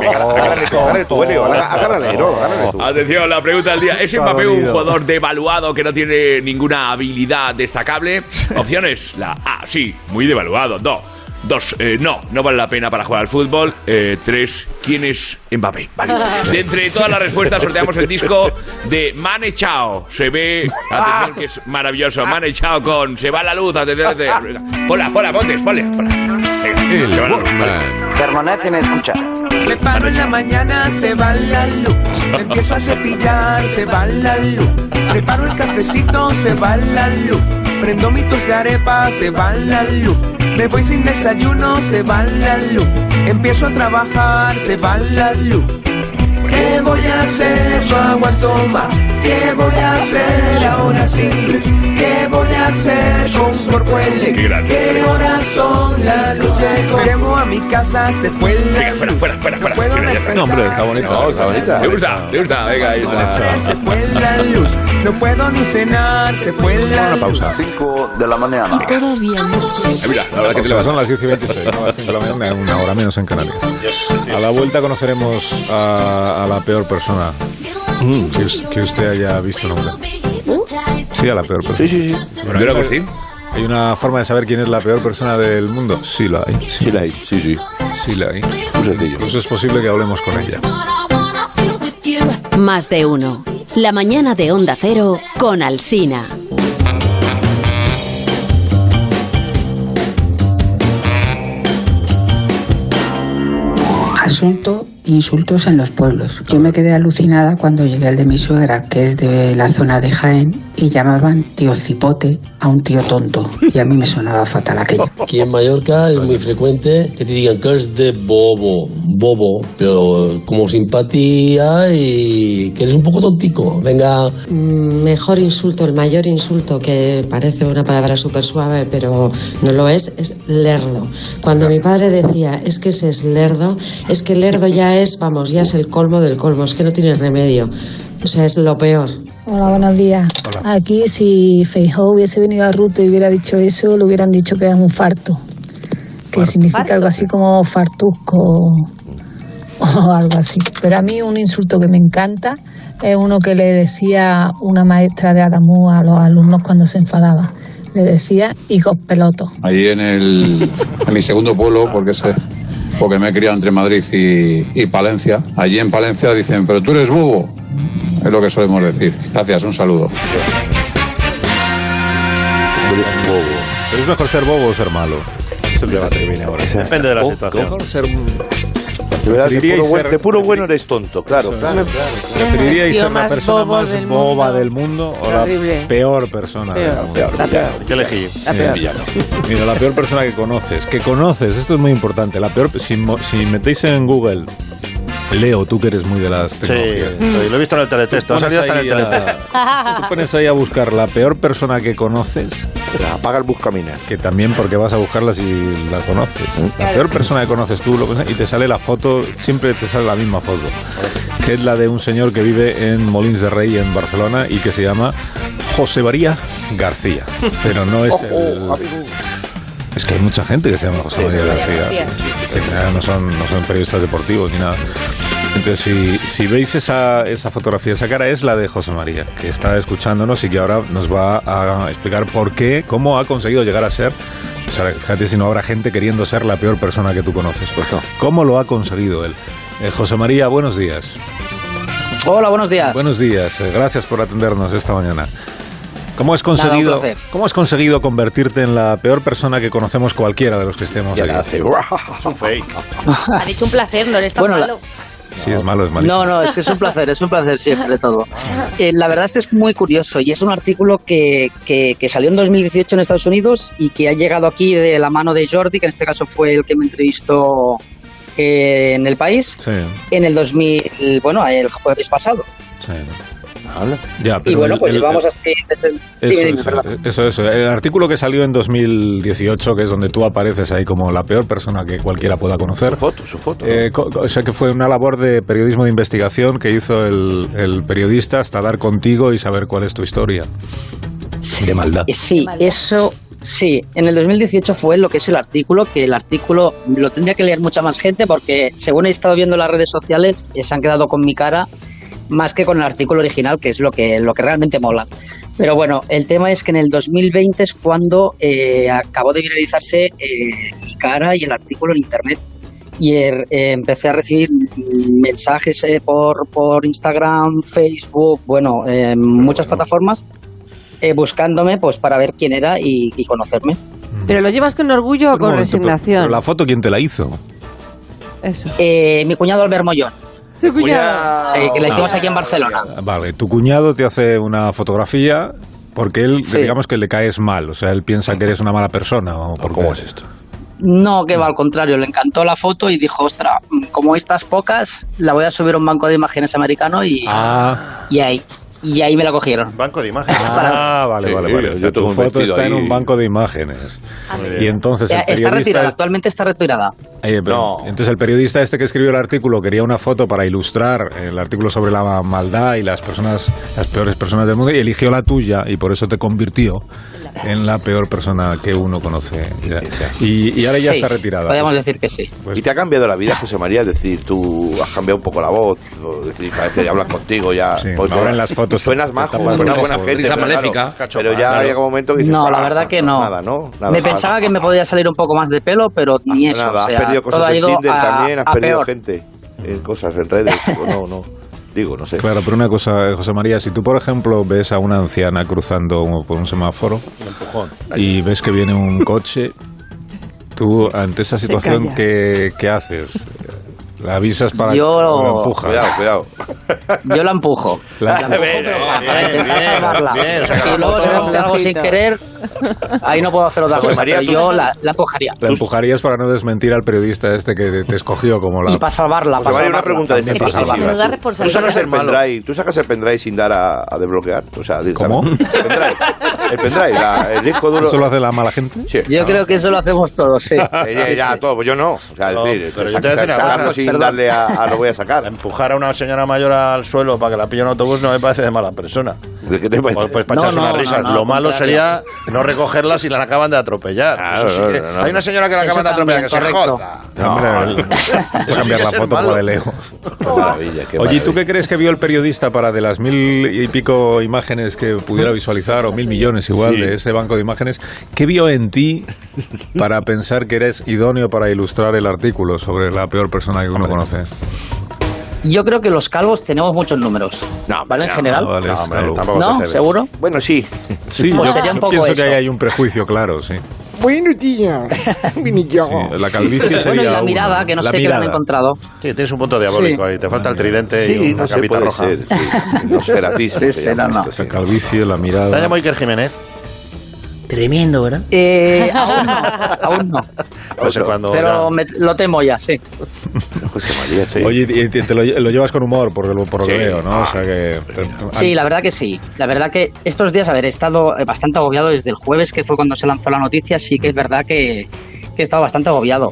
[SPEAKER 6] venga, la pregunta.
[SPEAKER 1] Agárrale tú, agárrale tú, Elio, agá- agárrale, no, agárrale tú.
[SPEAKER 6] Atención, la pregunta del día. ¿Es Mbappé un
[SPEAKER 3] Dolido.
[SPEAKER 6] jugador devaluado que no tiene ninguna habilidad destacable? Opciones. La A, sí, muy devaluado. No. Dos, eh, no, no vale la pena para jugar al fútbol. Eh, tres, ¿quién es Mbappé? Vale. De entre todas las respuestas sorteamos el disco de Mane Chao. Se ve, atención que es maravilloso. Mane Chao con Se va la luz, atención, atención. Hola, hola, Montes, ponle, ponla. Venga, Se va la luz.
[SPEAKER 7] Permanece en escucha.
[SPEAKER 8] Me paro en la mañana, se va la luz. Me empiezo a cepillar, se va la luz. Preparo el cafecito, se va la luz. Prendo mi tos de arepa, se va la luz. Me voy sin desayuno, se va la luz. Empiezo a trabajar, se va la luz. ¿Qué voy a hacer? No aguanto más. ¿Qué voy a hacer ahora sin luz? ¿Qué voy a hacer con cuerpo en
[SPEAKER 6] Qué grande.
[SPEAKER 8] ¿Qué horas son? La luz llegó. Llego a mi casa, se fue la
[SPEAKER 6] Venga, fuera, fuera, fuera, fuera.
[SPEAKER 8] puedo
[SPEAKER 6] Venga, ya está.
[SPEAKER 3] No, hombre, está bonito.
[SPEAKER 1] No, está bonita.
[SPEAKER 6] Le gusta, le gusta, venga, ahí está.
[SPEAKER 8] Se fue la luz, no puedo ni cenar, se fue la
[SPEAKER 1] Una
[SPEAKER 8] luz.
[SPEAKER 1] pausa.
[SPEAKER 7] 5 de la mañana.
[SPEAKER 11] Todavía no
[SPEAKER 6] Eh, Mira, la verdad que te
[SPEAKER 3] Pues
[SPEAKER 6] levantas.
[SPEAKER 3] Son las 10 y 26, ¿no? Las 5 de la mañana, una hora menos en Canarias. A la vuelta conoceremos a, a la peor persona
[SPEAKER 9] Mm.
[SPEAKER 3] que, us- que usted haya visto nunca. Sí, a la peor persona.
[SPEAKER 1] Sí, sí, sí.
[SPEAKER 6] Yo creo que sí.
[SPEAKER 3] ¿Hay una forma de saber quién es la peor persona del mundo? Sí la hay. Sí,
[SPEAKER 1] Sí, la hay. Sí, sí.
[SPEAKER 3] sí la hay.
[SPEAKER 1] Un sencillo.
[SPEAKER 3] Incluso es posible que hablemos con ella.
[SPEAKER 11] Más de uno. La mañana de Onda Cero con Alsina.
[SPEAKER 8] Asunto insultos en los pueblos. Yo me quedé alucinada cuando llegué al de mi suegra, que es de la zona de Jaén, y llamaban tío cipote a un tío tonto. Y a mí me sonaba fatal aquello.
[SPEAKER 12] Aquí en Mallorca es muy frecuente que te digan que eres de bobo, bobo, pero como simpatía y que eres un poco tontico. Venga,
[SPEAKER 11] Mm, Mejor insulto, el mayor insulto, que parece una palabra súper suave, pero no lo es, es lerdo. Cuando mi padre decía, es que ese es lerdo, es que lerdo ya es, vamos, ya es el colmo del colmo, es que no tiene remedio. O sea, es lo peor.
[SPEAKER 8] Hola, buenos días. Aquí si Feijóo hubiese venido a Ruto y hubiera dicho eso, le hubieran dicho que es un farto, que significa algo así como fartusco o algo así. Pero a mí un insulto que me encanta es uno que le decía una maestra de Adamú a los alumnos cuando se enfadaba. Le decía hijos pelotos.
[SPEAKER 12] Ahí en, el, en mi segundo pueblo, porque, se, porque me he criado entre Madrid y, y Palencia. Allí en Palencia dicen, pero tú eres bobo. Es lo que solemos decir. Gracias, un saludo.
[SPEAKER 1] Pero es un bobo.
[SPEAKER 3] ¿Es mejor ser bobo o ser malo? Es el debate que viene ahora.
[SPEAKER 5] Depende de la
[SPEAKER 1] Poco.
[SPEAKER 5] situación.
[SPEAKER 3] Mejor ser...
[SPEAKER 1] De, verdad, de, puro,
[SPEAKER 3] Preferiríais
[SPEAKER 1] buen-
[SPEAKER 3] ser-
[SPEAKER 1] de puro bueno eres tonto, claro. claro, claro.
[SPEAKER 3] ¿Preferiríais
[SPEAKER 4] Tío
[SPEAKER 3] ser la
[SPEAKER 4] más
[SPEAKER 3] persona
[SPEAKER 4] bobo
[SPEAKER 3] más
[SPEAKER 4] del
[SPEAKER 3] boba
[SPEAKER 4] mundo.
[SPEAKER 3] del mundo o la
[SPEAKER 4] Terrible.
[SPEAKER 3] peor persona del
[SPEAKER 4] Peor.
[SPEAKER 3] mundo?
[SPEAKER 1] Peor,
[SPEAKER 4] La
[SPEAKER 1] ya,
[SPEAKER 5] ¿Qué elegí?
[SPEAKER 3] Eh,
[SPEAKER 4] La peor.
[SPEAKER 3] Mira, la peor persona que conoces, que conoces, esto es muy importante. La peor, si, mo- si metéis en Google, Leo, tú que eres muy de las
[SPEAKER 5] Sí,
[SPEAKER 3] tecnologías.
[SPEAKER 5] sí, lo he visto en el teletexto. Ha
[SPEAKER 3] Pones
[SPEAKER 5] salido hasta en
[SPEAKER 3] ahí
[SPEAKER 5] el teletexto.
[SPEAKER 3] a- tú pones ahí a buscar la peor persona que conoces,
[SPEAKER 1] Apaga el buscaminas.
[SPEAKER 3] que también porque vas a buscarla si la conoces. La peor persona que conoces tú lo pones y te sale la foto, siempre te sale la misma foto, que es la de un señor que vive en Molins de Rey, en Barcelona, y que se llama José María García. Pero no es el-
[SPEAKER 1] Ojo, amigo.
[SPEAKER 3] es que hay mucha gente que se llama José María García. Que nada, no son, no son periodistas deportivos ni nada. Entonces, si, si veis esa, esa fotografía, esa cara es la de José María, que está escuchándonos y que ahora nos va a explicar por qué, cómo ha conseguido llegar a ser. O sea, fíjate si no habrá gente queriendo ser la peor persona que tú conoces. ¿Cómo lo ha conseguido él? Eh, José María, buenos días.
[SPEAKER 7] Hola, buenos días.
[SPEAKER 3] Buenos días, eh, gracias por atendernos esta mañana. ¿Cómo has, conseguido,
[SPEAKER 7] placer.
[SPEAKER 3] ¿Cómo has conseguido convertirte en la peor persona que conocemos cualquiera de los que estemos
[SPEAKER 1] Ya
[SPEAKER 3] aquí?
[SPEAKER 1] la hace.
[SPEAKER 5] Es un fake.
[SPEAKER 2] Ha dicho un placer, no eres tan
[SPEAKER 7] Bueno, la-
[SPEAKER 2] malo.
[SPEAKER 3] Sí, es malo, es malo.
[SPEAKER 7] No, no, es que es un placer, es un placer siempre todo. Eh, la verdad es que es muy curioso y es un artículo que, que- que salió en 2018 en Estados Unidos y que ha llegado aquí de la mano de Jordi, que en este caso fue el que me entrevistó eh, en el país,
[SPEAKER 3] Sí,
[SPEAKER 7] en el 2000, bueno, el jueves pasado.
[SPEAKER 3] sí.
[SPEAKER 1] Habla.
[SPEAKER 3] Ya,
[SPEAKER 7] Y
[SPEAKER 3] pero
[SPEAKER 7] bueno,
[SPEAKER 3] el-
[SPEAKER 7] pues
[SPEAKER 3] el-
[SPEAKER 7] llevamos así desde...
[SPEAKER 3] Eso,
[SPEAKER 7] dime, dime,
[SPEAKER 3] eso,
[SPEAKER 7] perdón.
[SPEAKER 3] eso, eso. El artículo que salió en 2018, que es donde tú apareces ahí como la peor persona que cualquiera pueda conocer.
[SPEAKER 1] Su foto, su foto. ¿no?
[SPEAKER 3] Eh, co- co- o sea que fue una labor de periodismo de investigación que hizo el, el periodista hasta dar contigo y saber cuál es tu historia. De maldad.
[SPEAKER 7] Eh, Sí, eso sí. En el 2018 fue lo que es el artículo, que el artículo lo tendría que leer mucha más gente porque según he estado viendo las redes sociales eh, se han quedado con mi cara más que con el artículo original, que es lo que lo que realmente mola. Pero bueno, el tema es que en el 2020 es cuando eh, acabó de viralizarse eh, mi cara y el artículo en internet. Y er- eh, empecé a recibir mm, mensajes eh, por, por Instagram, Facebook, bueno, en muchas plataformas eh, buscándome pues para ver quién era y, y conocerme.
[SPEAKER 4] ¿Pero lo llevas con orgullo o
[SPEAKER 3] Un
[SPEAKER 4] con
[SPEAKER 3] momento, pero-
[SPEAKER 4] resignación?
[SPEAKER 3] pero la foto, ¿quién te la hizo?
[SPEAKER 4] Eso.
[SPEAKER 7] Eh, mi cuñado Albert Mollón,
[SPEAKER 4] Su cuñado.
[SPEAKER 7] eh, que la hicimos aquí en Barcelona.
[SPEAKER 3] Vale, tu cuñado te hace una fotografía porque él,
[SPEAKER 7] Sí.
[SPEAKER 3] digamos que le caes mal, o sea, él piensa que eres una mala persona. ¿o por
[SPEAKER 1] Mm. ¿Cómo
[SPEAKER 3] qué?
[SPEAKER 1] es esto?
[SPEAKER 7] No, que va, al contrario, le encantó la foto y dijo, ostra, mm, como estas pocas, la voy a subir a un banco de imágenes americano y,
[SPEAKER 3] Ah,
[SPEAKER 7] y ahí. y ahí me la cogieron.
[SPEAKER 5] Banco de imágenes.
[SPEAKER 3] Ah, vale,
[SPEAKER 5] Sí,
[SPEAKER 3] vale, vale.
[SPEAKER 5] yo
[SPEAKER 3] O sea,
[SPEAKER 5] tengo
[SPEAKER 3] tu
[SPEAKER 5] un
[SPEAKER 3] foto
[SPEAKER 5] vestido
[SPEAKER 3] está en
[SPEAKER 5] ahí.
[SPEAKER 3] un banco de imágenes. Y entonces el
[SPEAKER 7] Ah, Ya, está
[SPEAKER 3] periodista...
[SPEAKER 7] retirada, actualmente está retirada.
[SPEAKER 3] Oye, pero- Entonces el periodista este que escribió el artículo quería una foto para ilustrar el artículo sobre la maldad y las personas, las peores personas del mundo y eligió la tuya y por eso te convirtió en la peor persona que uno conoce. Ya. Y, y ahora ya
[SPEAKER 7] Sí,
[SPEAKER 3] está retirada. Pues
[SPEAKER 7] Podemos decir que sí.
[SPEAKER 1] ¿Y te ha cambiado la vida, José María? Es decir, tú has cambiado un poco la voz, o decir, parece que hablas contigo ya.
[SPEAKER 3] Sí, Pues ahora en las fotos
[SPEAKER 1] Suenas
[SPEAKER 3] te
[SPEAKER 1] majo,
[SPEAKER 3] tapas
[SPEAKER 1] suenas
[SPEAKER 3] los
[SPEAKER 1] buena
[SPEAKER 3] ojos.
[SPEAKER 1] gente.
[SPEAKER 3] Risa
[SPEAKER 1] pero
[SPEAKER 3] maléfica.
[SPEAKER 1] claro, pero ya
[SPEAKER 3] Claro.
[SPEAKER 1] había como un momento que dices,
[SPEAKER 7] No, la
[SPEAKER 1] "Ah,
[SPEAKER 7] verdad que no.
[SPEAKER 1] Nada, ¿no? Nada,
[SPEAKER 7] me
[SPEAKER 1] nada".
[SPEAKER 7] pensaba que me podía salir un poco más de pelo, pero ni eso.
[SPEAKER 1] Nada,
[SPEAKER 7] o sea,
[SPEAKER 1] has perdido
[SPEAKER 7] todo
[SPEAKER 1] cosas
[SPEAKER 7] ha
[SPEAKER 1] en
[SPEAKER 7] ido
[SPEAKER 1] Tinder
[SPEAKER 7] a-
[SPEAKER 1] también, has
[SPEAKER 7] a
[SPEAKER 1] perdido
[SPEAKER 7] peor.
[SPEAKER 1] gente en cosas, en redes, o no, no. Digo, no sé.
[SPEAKER 3] Claro, pero una cosa, eh, José María, si tú, por ejemplo, ves a una anciana cruzando un- por un semáforo y ves que viene un coche, tú, ante esa situación,
[SPEAKER 7] calla.
[SPEAKER 3] ¿qué, qué haces? ¿La avisas para
[SPEAKER 7] Yo-
[SPEAKER 3] que o la empujas?
[SPEAKER 7] Cuidado,
[SPEAKER 1] cuidado. eh,
[SPEAKER 7] Yo la empujo.
[SPEAKER 3] La-
[SPEAKER 7] La empujo,
[SPEAKER 3] Bien,
[SPEAKER 7] pero
[SPEAKER 3] Ah, bien,
[SPEAKER 7] para, para intentar
[SPEAKER 3] bien,
[SPEAKER 7] salvarla.
[SPEAKER 3] bien, saca
[SPEAKER 7] si
[SPEAKER 3] la
[SPEAKER 7] luego
[SPEAKER 3] foto.
[SPEAKER 7] se me hace algo sin querer, ahí no puedo hacer otra
[SPEAKER 3] José
[SPEAKER 7] cosa,
[SPEAKER 3] María,
[SPEAKER 7] pero
[SPEAKER 3] tú-
[SPEAKER 7] yo la, la empujaría.
[SPEAKER 3] ¿La empujarías para no desmentir al periodista este que te escogió como la...
[SPEAKER 7] Y para salvarla.
[SPEAKER 1] José
[SPEAKER 7] para
[SPEAKER 1] María, una
[SPEAKER 7] salvarla.
[SPEAKER 1] pregunta de este
[SPEAKER 13] Pues
[SPEAKER 7] También para salvarla.
[SPEAKER 1] ¿Tú sacas, el pendrive, ¿Tú sacas el pendrive sin dar a, a desbloquear? O sea, ¿Cómo? El pendrive, el, pendrive la- el disco duro.
[SPEAKER 3] ¿Eso lo hace la mala gente?
[SPEAKER 1] Sí.
[SPEAKER 7] Yo creo que eso lo hacemos todos, sí.
[SPEAKER 1] Eh, ya,
[SPEAKER 7] Sí,
[SPEAKER 1] ya,
[SPEAKER 7] sí.
[SPEAKER 1] todo, pues yo no. O sea,
[SPEAKER 5] No,
[SPEAKER 1] decir,
[SPEAKER 5] pero
[SPEAKER 1] sac-
[SPEAKER 5] yo te voy a decir una
[SPEAKER 1] sacarlo
[SPEAKER 5] cosa,
[SPEAKER 1] sin
[SPEAKER 5] perdón.
[SPEAKER 1] darle a, a lo voy a sacar.
[SPEAKER 5] Empujar a una señora mayor al suelo para que la pille un autobús no me parece de mala persona.
[SPEAKER 1] ¿De qué te parece?
[SPEAKER 5] Pues, pues para
[SPEAKER 1] No,
[SPEAKER 5] echarse
[SPEAKER 1] no,
[SPEAKER 5] una
[SPEAKER 1] no,
[SPEAKER 5] risa.
[SPEAKER 1] no, al
[SPEAKER 5] Lo malo sería
[SPEAKER 1] contrario.
[SPEAKER 5] no recogerla si la acaban de atropellar. Eso sí
[SPEAKER 1] no,
[SPEAKER 5] que-
[SPEAKER 1] no, no.
[SPEAKER 5] Hay una señora que la
[SPEAKER 1] Eso
[SPEAKER 5] acaban de atropellar, que se
[SPEAKER 1] también, correcto.
[SPEAKER 5] joda.
[SPEAKER 3] Hombre, voy
[SPEAKER 1] Pues
[SPEAKER 3] a cambiar
[SPEAKER 5] que
[SPEAKER 3] la
[SPEAKER 5] es el
[SPEAKER 3] foto
[SPEAKER 5] malo.
[SPEAKER 3] por el Leo.
[SPEAKER 1] Qué maravilla, qué
[SPEAKER 3] Oye, ¿y tú
[SPEAKER 1] maravilla.
[SPEAKER 3] qué crees que vio el periodista para de las mil y pico imágenes que pudiera visualizar, o mil millones igual,
[SPEAKER 1] Sí.
[SPEAKER 3] de ese banco de imágenes? ¿Qué vio en ti para pensar que eres idóneo para ilustrar el artículo sobre la peor persona que uno conoce?
[SPEAKER 7] Yo creo que los calvos tenemos muchos números. ¿Vale? En general.
[SPEAKER 3] No, vale, es
[SPEAKER 1] hombre,
[SPEAKER 3] calvo.
[SPEAKER 1] tampoco
[SPEAKER 7] ¿No?
[SPEAKER 1] te se ve.
[SPEAKER 7] ¿Seguro?
[SPEAKER 1] Bueno, sí.
[SPEAKER 3] Sí,
[SPEAKER 7] Pues
[SPEAKER 3] yo,
[SPEAKER 7] sería un
[SPEAKER 3] yo
[SPEAKER 7] poco
[SPEAKER 3] pienso que
[SPEAKER 7] eso.
[SPEAKER 3] ahí hay un prejuicio claro, sí.
[SPEAKER 14] Buenos días. Vini, yo.
[SPEAKER 3] Oh, Sí, La calvicie
[SPEAKER 7] Bueno, y
[SPEAKER 3] sería
[SPEAKER 7] la
[SPEAKER 3] uno.
[SPEAKER 7] mirada, que no sé qué le han
[SPEAKER 3] mirada.
[SPEAKER 7] encontrado.
[SPEAKER 5] Sí, tienes un punto diabólico ahí. Te falta el tridente y
[SPEAKER 1] Sí,
[SPEAKER 5] una
[SPEAKER 1] no sé,
[SPEAKER 5] capita
[SPEAKER 1] puede
[SPEAKER 5] roja.
[SPEAKER 1] ser. Sí. Nosferatu
[SPEAKER 7] Sí,
[SPEAKER 1] se
[SPEAKER 7] sí,
[SPEAKER 1] llama
[SPEAKER 7] no, no.
[SPEAKER 1] esto, sí.
[SPEAKER 3] La calvicie, la mirada.
[SPEAKER 5] Te llamo Iker Jiménez.
[SPEAKER 9] Tremendo, ¿verdad?
[SPEAKER 7] Eh, aún no, aún no.
[SPEAKER 5] No sé cuándo. ya-
[SPEAKER 7] Pero me- lo temo ya, sí.
[SPEAKER 1] José María, sí.
[SPEAKER 3] Oye, y te, te lo, lle- lo llevas con humor, por lo, por lo que
[SPEAKER 1] Sí.
[SPEAKER 3] veo, ¿no? O sea que...
[SPEAKER 7] Sí, la verdad que sí. La verdad que estos días, a ver, he estado eh, bastante agobiado desde el jueves, que fue cuando se lanzó la noticia, sí que es verdad que, que he estado bastante agobiado.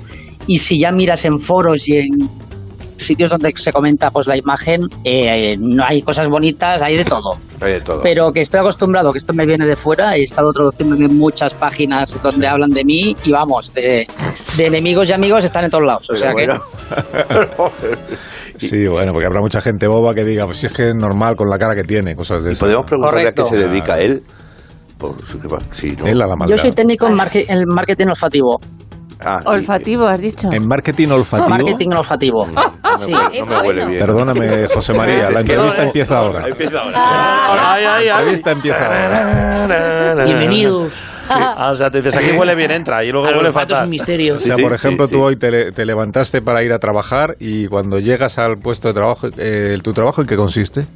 [SPEAKER 7] Y si ya miras en foros y en sitios donde se comenta pues la imagen, eh, no hay cosas bonitas, hay de todo.
[SPEAKER 1] Hay de todo.
[SPEAKER 7] Pero que estoy acostumbrado, que esto me viene de fuera, he estado traduciéndome en muchas páginas donde hablan de mí y vamos, de, de enemigos y amigos están en todos lados. O sea que...
[SPEAKER 3] Sí, bueno, porque habrá mucha gente boba que diga, pues si es que es normal con la cara que tiene, cosas de eso.
[SPEAKER 1] Podemos preguntarle a qué se
[SPEAKER 3] Correcto.
[SPEAKER 1] dedica él. Por su- sí, ¿no?
[SPEAKER 3] Él a la maldad.
[SPEAKER 7] Yo soy técnico en, marge- en marketing olfativo.
[SPEAKER 1] Ah, y-
[SPEAKER 4] Olfativo, has dicho.
[SPEAKER 3] En marketing olfativo.
[SPEAKER 7] Marketing olfativo. Sí.
[SPEAKER 1] Mm, No me huele bien.
[SPEAKER 3] Perdóname, José María, la
[SPEAKER 1] Es que no,
[SPEAKER 3] entrevista
[SPEAKER 1] no.
[SPEAKER 3] empieza ahora.
[SPEAKER 5] Ay, ay,
[SPEAKER 3] La
[SPEAKER 5] ay.
[SPEAKER 3] entrevista empieza ahora.
[SPEAKER 9] Bienvenidos.
[SPEAKER 5] Ah, o sea, te dices, aquí huele bien, entra. Y luego
[SPEAKER 9] Al
[SPEAKER 5] huele
[SPEAKER 9] olfato es
[SPEAKER 5] fatal.
[SPEAKER 9] un misterio.
[SPEAKER 3] O sea,
[SPEAKER 1] Sí, sí,
[SPEAKER 3] por ejemplo,
[SPEAKER 1] sí,
[SPEAKER 3] tú
[SPEAKER 1] sí.
[SPEAKER 3] hoy te, le- te levantaste para ir a trabajar y cuando llegas al puesto de trabajo, eh, ¿tu trabajo en qué consiste?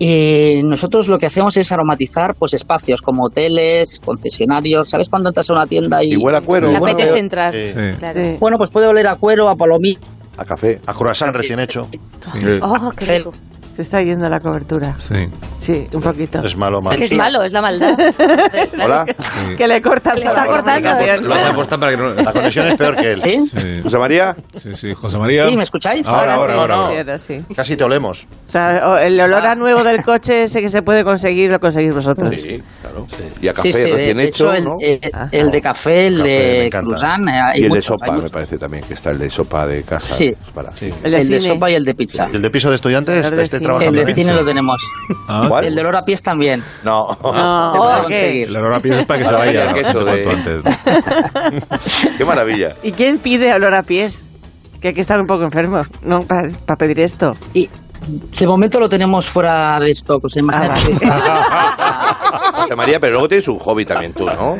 [SPEAKER 7] Eh, nosotros lo que hacemos es aromatizar pues espacios como hoteles, concesionarios. ¿Sabes cuando entras a una tienda y,
[SPEAKER 1] Y huele a cuero.
[SPEAKER 7] y
[SPEAKER 2] Me
[SPEAKER 7] huele a
[SPEAKER 2] apetece
[SPEAKER 7] cuero?
[SPEAKER 2] entrar.
[SPEAKER 5] Sí.
[SPEAKER 3] Sí.
[SPEAKER 2] Claro.
[SPEAKER 7] Bueno, pues puede oler a cuero, a palomí.
[SPEAKER 1] A café.
[SPEAKER 5] A croissant recién hecho.
[SPEAKER 2] Oh, qué rico.
[SPEAKER 4] Se está yendo la cobertura.
[SPEAKER 3] Sí.
[SPEAKER 4] Sí, un poquito.
[SPEAKER 5] Es malo, malo.
[SPEAKER 2] Que es malo, es la maldad.
[SPEAKER 1] Hola.
[SPEAKER 4] Que le corta
[SPEAKER 2] Le está cortando.
[SPEAKER 6] Lo hace aposta para que no.
[SPEAKER 5] La conexión es peor que él.
[SPEAKER 7] ¿Sí?
[SPEAKER 3] Sí,
[SPEAKER 1] José María.
[SPEAKER 3] sí, sí. José María.
[SPEAKER 7] ¿Sí? ¿Me escucháis?
[SPEAKER 3] Ahora, ahora,
[SPEAKER 5] no,
[SPEAKER 3] ahora.
[SPEAKER 5] no.
[SPEAKER 4] Ahora sí.
[SPEAKER 5] Casi te olemos.
[SPEAKER 4] O sea, o- el olor a nuevo del coche ese que se puede conseguir, lo conseguís vosotros.
[SPEAKER 1] Sí, claro. Y a café
[SPEAKER 7] Sí, sí, de-
[SPEAKER 1] recién
[SPEAKER 7] de
[SPEAKER 1] hecho,
[SPEAKER 7] hecho, el,
[SPEAKER 1] ¿no?
[SPEAKER 7] el- el de café, el
[SPEAKER 5] Café, me
[SPEAKER 7] de
[SPEAKER 5] encanta.
[SPEAKER 7] croissant, eh, hay
[SPEAKER 1] y el de
[SPEAKER 7] muchos, hay
[SPEAKER 1] sopa, me
[SPEAKER 7] muchos.
[SPEAKER 1] parece también, que está el de sopa de casa.
[SPEAKER 7] Sí.
[SPEAKER 1] Para,
[SPEAKER 7] El, de,
[SPEAKER 4] cine.
[SPEAKER 7] sopa y el de pizza.
[SPEAKER 5] ¿Y el de piso de estudiantes?
[SPEAKER 4] El de
[SPEAKER 5] Este
[SPEAKER 4] cine.
[SPEAKER 7] El
[SPEAKER 5] trabajando.
[SPEAKER 7] de cine lo tenemos.
[SPEAKER 3] Ah,
[SPEAKER 1] ¿Cuál?
[SPEAKER 7] El de olor a pies también.
[SPEAKER 1] No.
[SPEAKER 4] No,
[SPEAKER 7] Se puede
[SPEAKER 4] ¿qué?
[SPEAKER 7] conseguir.
[SPEAKER 3] El olor a pies es para que se vaya.
[SPEAKER 1] El queso
[SPEAKER 3] cuanto
[SPEAKER 1] de-
[SPEAKER 3] antes.
[SPEAKER 1] Qué maravilla.
[SPEAKER 4] ¿Y quién pide olor a pies? Que hay que estar un poco enfermo, ¿no? Para pedir esto.
[SPEAKER 7] Y de momento lo tenemos fuera de stock. O sea, imagínate
[SPEAKER 4] Ah,
[SPEAKER 7] que está-
[SPEAKER 1] José María, pero luego tienes un hobby también tú, ¿no?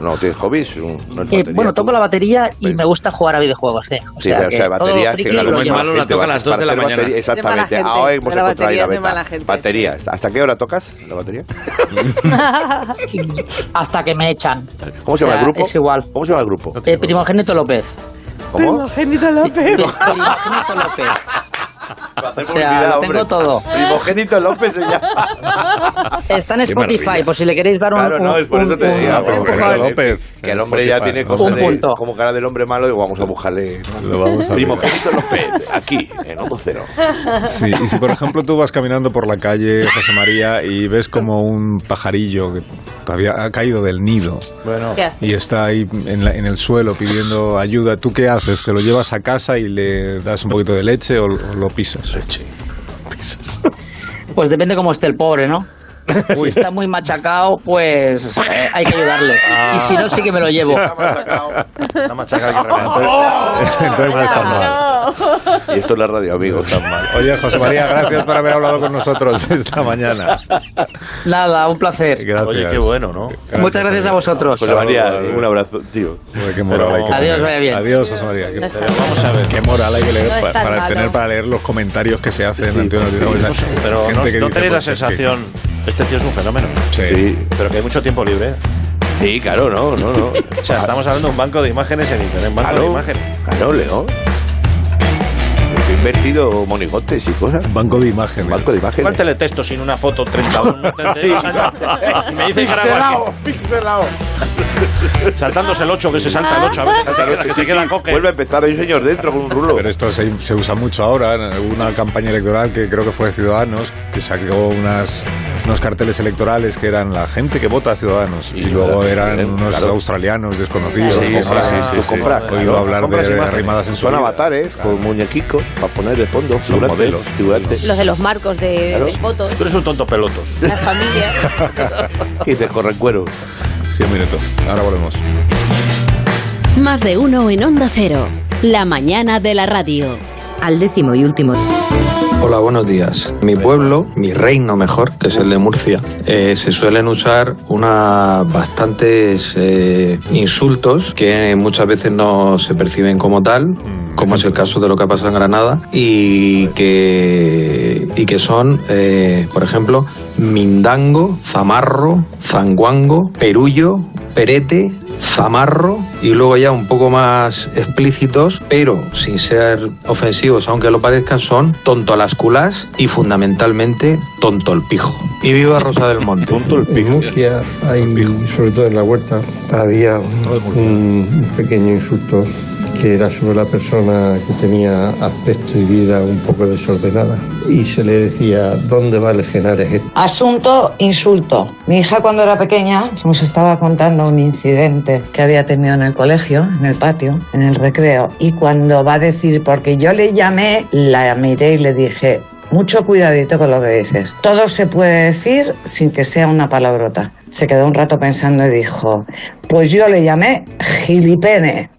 [SPEAKER 1] No, tienes hobbies. un- no es
[SPEAKER 7] Eh,
[SPEAKER 1] batería,
[SPEAKER 7] bueno, toco
[SPEAKER 1] tú.
[SPEAKER 7] la batería y
[SPEAKER 1] Pues-
[SPEAKER 7] me gusta jugar a videojuegos. Eh. O
[SPEAKER 1] Sí,
[SPEAKER 7] sea,
[SPEAKER 1] pero, o
[SPEAKER 7] que
[SPEAKER 1] sea,
[SPEAKER 7] todo
[SPEAKER 1] batería es que
[SPEAKER 7] friki
[SPEAKER 1] claro,
[SPEAKER 7] lo
[SPEAKER 1] como es
[SPEAKER 7] llevo.
[SPEAKER 1] mala
[SPEAKER 6] malo la
[SPEAKER 1] gente,
[SPEAKER 6] toca a
[SPEAKER 1] va-
[SPEAKER 6] las dos
[SPEAKER 1] para
[SPEAKER 6] de la
[SPEAKER 1] ser
[SPEAKER 6] mañana.
[SPEAKER 1] batería- Exactamente.
[SPEAKER 4] De mala
[SPEAKER 1] Ahora
[SPEAKER 4] gente,
[SPEAKER 1] hemos
[SPEAKER 4] la
[SPEAKER 1] encontrado ahí
[SPEAKER 4] batería
[SPEAKER 1] la
[SPEAKER 4] es de
[SPEAKER 1] beta.
[SPEAKER 4] mala gente,
[SPEAKER 1] Batería. ¿Hasta qué hora tocas la batería?
[SPEAKER 7] Hasta que me echan.
[SPEAKER 1] ¿Cómo se
[SPEAKER 7] O
[SPEAKER 1] llama el
[SPEAKER 7] sea,
[SPEAKER 1] grupo?
[SPEAKER 7] Es igual.
[SPEAKER 1] ¿Cómo se llama el grupo?
[SPEAKER 7] Eh, primogénito López.
[SPEAKER 1] ¿Cómo?
[SPEAKER 4] Primogénito López.
[SPEAKER 7] Primogénito López. O sea, lo tengo todo.
[SPEAKER 1] Primogénito López se llama.
[SPEAKER 7] Está en
[SPEAKER 1] Qué
[SPEAKER 7] Spotify,
[SPEAKER 1] maravilla.
[SPEAKER 7] por si le queréis dar un.
[SPEAKER 1] Claro, no,
[SPEAKER 7] un-
[SPEAKER 1] es por eso te
[SPEAKER 7] un-
[SPEAKER 1] decía.
[SPEAKER 7] un-
[SPEAKER 1] porque
[SPEAKER 7] un-
[SPEAKER 1] claro,
[SPEAKER 7] un-
[SPEAKER 1] que- Que el hombre ya tiene cosas
[SPEAKER 7] Un
[SPEAKER 1] de,
[SPEAKER 7] punto.
[SPEAKER 1] como cara del hombre malo y vamos a buscarle.
[SPEAKER 3] Lo vamos a
[SPEAKER 1] Primogénito López, aquí, en Ojo Cero.
[SPEAKER 3] Sí, y si por ejemplo tú vas caminando por la calle José María y ves como un pajarillo que todavía ha caído del nido
[SPEAKER 1] Bueno.
[SPEAKER 2] ¿Qué haces?
[SPEAKER 3] y está ahí en, la- en el suelo pidiendo ayuda, ¿tú qué haces? ¿Te lo llevas a casa y le das un poquito de leche o, lo- o lo pisas? Leche.
[SPEAKER 7] Pues depende cómo esté el pobre, ¿no? Si está muy machacado, pues eh, hay que ayudarle.
[SPEAKER 1] Ah.
[SPEAKER 7] Y si no, sí que me lo llevo.
[SPEAKER 5] Una machaca que
[SPEAKER 3] Entonces no está mal.
[SPEAKER 1] Y esto es la radio, amigos.
[SPEAKER 3] Está mal. Oye, José María, gracias por haber hablado con nosotros esta mañana.
[SPEAKER 7] Nada, un placer.
[SPEAKER 3] Gracias.
[SPEAKER 5] Oye, qué bueno, ¿no? Pues,
[SPEAKER 7] Muchas gracias a vosotros.
[SPEAKER 1] José María, un abrazo, tío.
[SPEAKER 3] Qué moral hay que
[SPEAKER 7] Adiós,
[SPEAKER 3] tener.
[SPEAKER 7] vaya bien.
[SPEAKER 3] Adiós, José María. Qué-
[SPEAKER 2] No está
[SPEAKER 3] pero
[SPEAKER 2] mal.
[SPEAKER 3] vamos a ver. Qué moral hay que leer
[SPEAKER 2] No
[SPEAKER 3] pa-
[SPEAKER 2] está
[SPEAKER 3] para,
[SPEAKER 2] mal,
[SPEAKER 3] tener
[SPEAKER 2] no.
[SPEAKER 3] para leer los comentarios que se hacen ante una noticia. O sea,
[SPEAKER 5] Pero
[SPEAKER 3] gente
[SPEAKER 5] no,
[SPEAKER 3] que
[SPEAKER 5] ¿no
[SPEAKER 3] dice,
[SPEAKER 5] tenéis la
[SPEAKER 3] pues, es que-
[SPEAKER 5] sensación. Este tío es un fenómeno.
[SPEAKER 3] Sí.
[SPEAKER 5] Pero que hay mucho tiempo libre. ¿eh?
[SPEAKER 1] Sí, claro, no, no, no.
[SPEAKER 5] O sea, estamos hablando de un banco de imágenes en internet. Un banco de imágenes.
[SPEAKER 1] Claro, Leo. He invertido monigotes y cosas.
[SPEAKER 3] Banco de imagen.
[SPEAKER 1] Banco de imágenes.
[SPEAKER 5] ¿Cuál teletexto sin una foto 31 32 años? Y me dice
[SPEAKER 14] Pixelado,
[SPEAKER 5] Caraguay,
[SPEAKER 14] pixelado.
[SPEAKER 5] saltándose el 8, que se salta el 8 a veces,
[SPEAKER 1] Claro,
[SPEAKER 5] que
[SPEAKER 1] sí,
[SPEAKER 5] se queda
[SPEAKER 1] sí.
[SPEAKER 5] coque.
[SPEAKER 1] Vuelve a empezar, hay un señor dentro con un rulo.
[SPEAKER 3] Pero esto se, se usa mucho ahora. ¿eh? Hubo una campaña electoral que creo que fue de Ciudadanos, que sacó unas, unos carteles electorales que eran la gente que vota a Ciudadanos. Y,
[SPEAKER 1] Y
[SPEAKER 3] luego
[SPEAKER 1] claro,
[SPEAKER 3] eran
[SPEAKER 1] claro.
[SPEAKER 3] unos australianos desconocidos.
[SPEAKER 1] Sí,
[SPEAKER 3] que
[SPEAKER 1] sí,
[SPEAKER 3] ahora
[SPEAKER 1] sí,
[SPEAKER 3] han
[SPEAKER 1] sí, sí.
[SPEAKER 3] Oído
[SPEAKER 1] Claro,
[SPEAKER 3] hablar
[SPEAKER 1] compras
[SPEAKER 3] de
[SPEAKER 1] imágenes.
[SPEAKER 3] rimadas en su
[SPEAKER 1] Son
[SPEAKER 3] vida.
[SPEAKER 1] avatares con muñequicos para poner de fondo. figurantes,
[SPEAKER 3] modelos.
[SPEAKER 1] Figurantes.
[SPEAKER 2] Los de los marcos de,
[SPEAKER 1] Claro.
[SPEAKER 2] de fotos,
[SPEAKER 5] Tú eres un tonto pelotos.
[SPEAKER 2] las familias.
[SPEAKER 1] Que dices, corren cuero.
[SPEAKER 3] Sí, un minuto. Ahora volvemos.
[SPEAKER 15] Más de uno en Onda Cero. La mañana de la radio. Al décimo y último.
[SPEAKER 16] Hola, buenos días. Mi pueblo, mi reino mejor, que es el de Murcia, eh, se suelen usar unas bastantes eh, insultos que muchas veces no se perciben como tal, como es el caso de lo que ha pasado en Granada, y que, y que son, eh, por ejemplo, mindango, zamarro, zanguango, perullo, perete, zamarro y luego ya un poco más explícitos, pero sin ser ofensivos, aunque lo parezcan, son tonto a las culas y fundamentalmente tonto el pijo. Y viva Rosa del Monte.
[SPEAKER 17] En Murcia hay, sobre todo en la huerta, había un pequeño insulto que era sobre la persona que tenía aspecto y vida un poco desordenada. Y se le decía, ¿dónde va el Genares este?
[SPEAKER 18] Asunto insulto. Mi hija cuando era pequeña nos estaba contando un incidente que había tenido en el colegio, en el patio, en el recreo. Y cuando va a decir, porque yo le llamé, la miré y le dije, mucho cuidadito con lo que dices. Todo se puede decir sin que sea una palabrota. Se quedó un rato pensando y dijo, pues yo le llamé gilipene.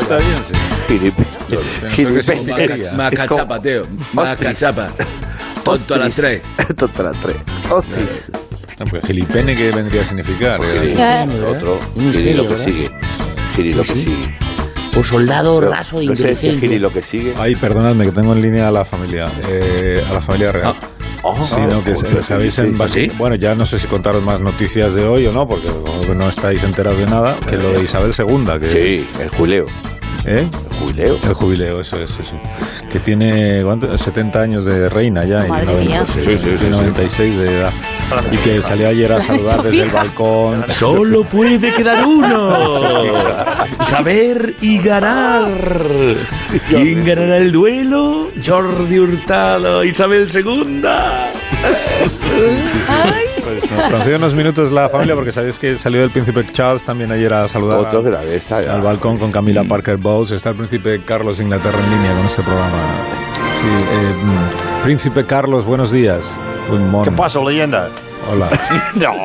[SPEAKER 3] Está bien, sí.
[SPEAKER 1] Filipe.
[SPEAKER 3] creo que es un
[SPEAKER 1] Filipe.
[SPEAKER 3] maca-
[SPEAKER 10] Macachapa, tío. Macachapa. Tonto a las tres.
[SPEAKER 1] Tonto a las tres. Hostis. Pues
[SPEAKER 3] Ah, pues, gilipene, ¿qué vendría a significar? Eh,
[SPEAKER 9] Gilipene, ¿verdad?
[SPEAKER 1] Otro.
[SPEAKER 9] Un misterio,
[SPEAKER 1] Giri lo que
[SPEAKER 9] ¿verdad?
[SPEAKER 1] sigue. Giri lo que sigue.
[SPEAKER 10] Pues
[SPEAKER 9] O soldado
[SPEAKER 1] No,
[SPEAKER 9] raso e
[SPEAKER 1] no sé decir
[SPEAKER 9] inteligente.
[SPEAKER 1] Giri lo que sigue.
[SPEAKER 3] Ay, perdonadme, que tengo en línea a la familia, eh, a la familia real. Sí, no, que se-
[SPEAKER 1] pues,
[SPEAKER 3] sabéis
[SPEAKER 1] Ah. sí,
[SPEAKER 3] en
[SPEAKER 1] sí.
[SPEAKER 3] base- Bueno, ya no sé si contaros más noticias de hoy o no, porque como que no estáis enterados de nada, que lo de Isabel II, que
[SPEAKER 1] Eh. Sí, el jubileo.
[SPEAKER 3] ¿eh?
[SPEAKER 1] El jubileo.
[SPEAKER 3] El jubileo, eso es, sí, sí. Que tiene ¿cuánto? 70 años de reina ya y
[SPEAKER 2] Madre mía.
[SPEAKER 1] Sí, sí, sí, sí.
[SPEAKER 3] 96 de edad. Y que salió ayer a
[SPEAKER 2] La han hecho
[SPEAKER 3] saludar desde el
[SPEAKER 2] fija.
[SPEAKER 3] balcón.
[SPEAKER 10] Solo puede quedar uno. Saber y ganar. ¿Quién ganará el duelo? Jordi Hurtado, Isabel II.
[SPEAKER 3] Pues nos concede unos minutos la familia porque sabéis que salió el príncipe Charles también ayer a saludar
[SPEAKER 1] Otro
[SPEAKER 3] al-
[SPEAKER 1] que la está ya. Mm.
[SPEAKER 3] al balcón con Camila Parker Bowles. Está el príncipe Carlos de Inglaterra en línea con este programa. Sí, eh, mm, príncipe Carlos, buenos días. Good
[SPEAKER 5] ¿Qué
[SPEAKER 3] morning.
[SPEAKER 5] pasa, leyenda?
[SPEAKER 3] Hola.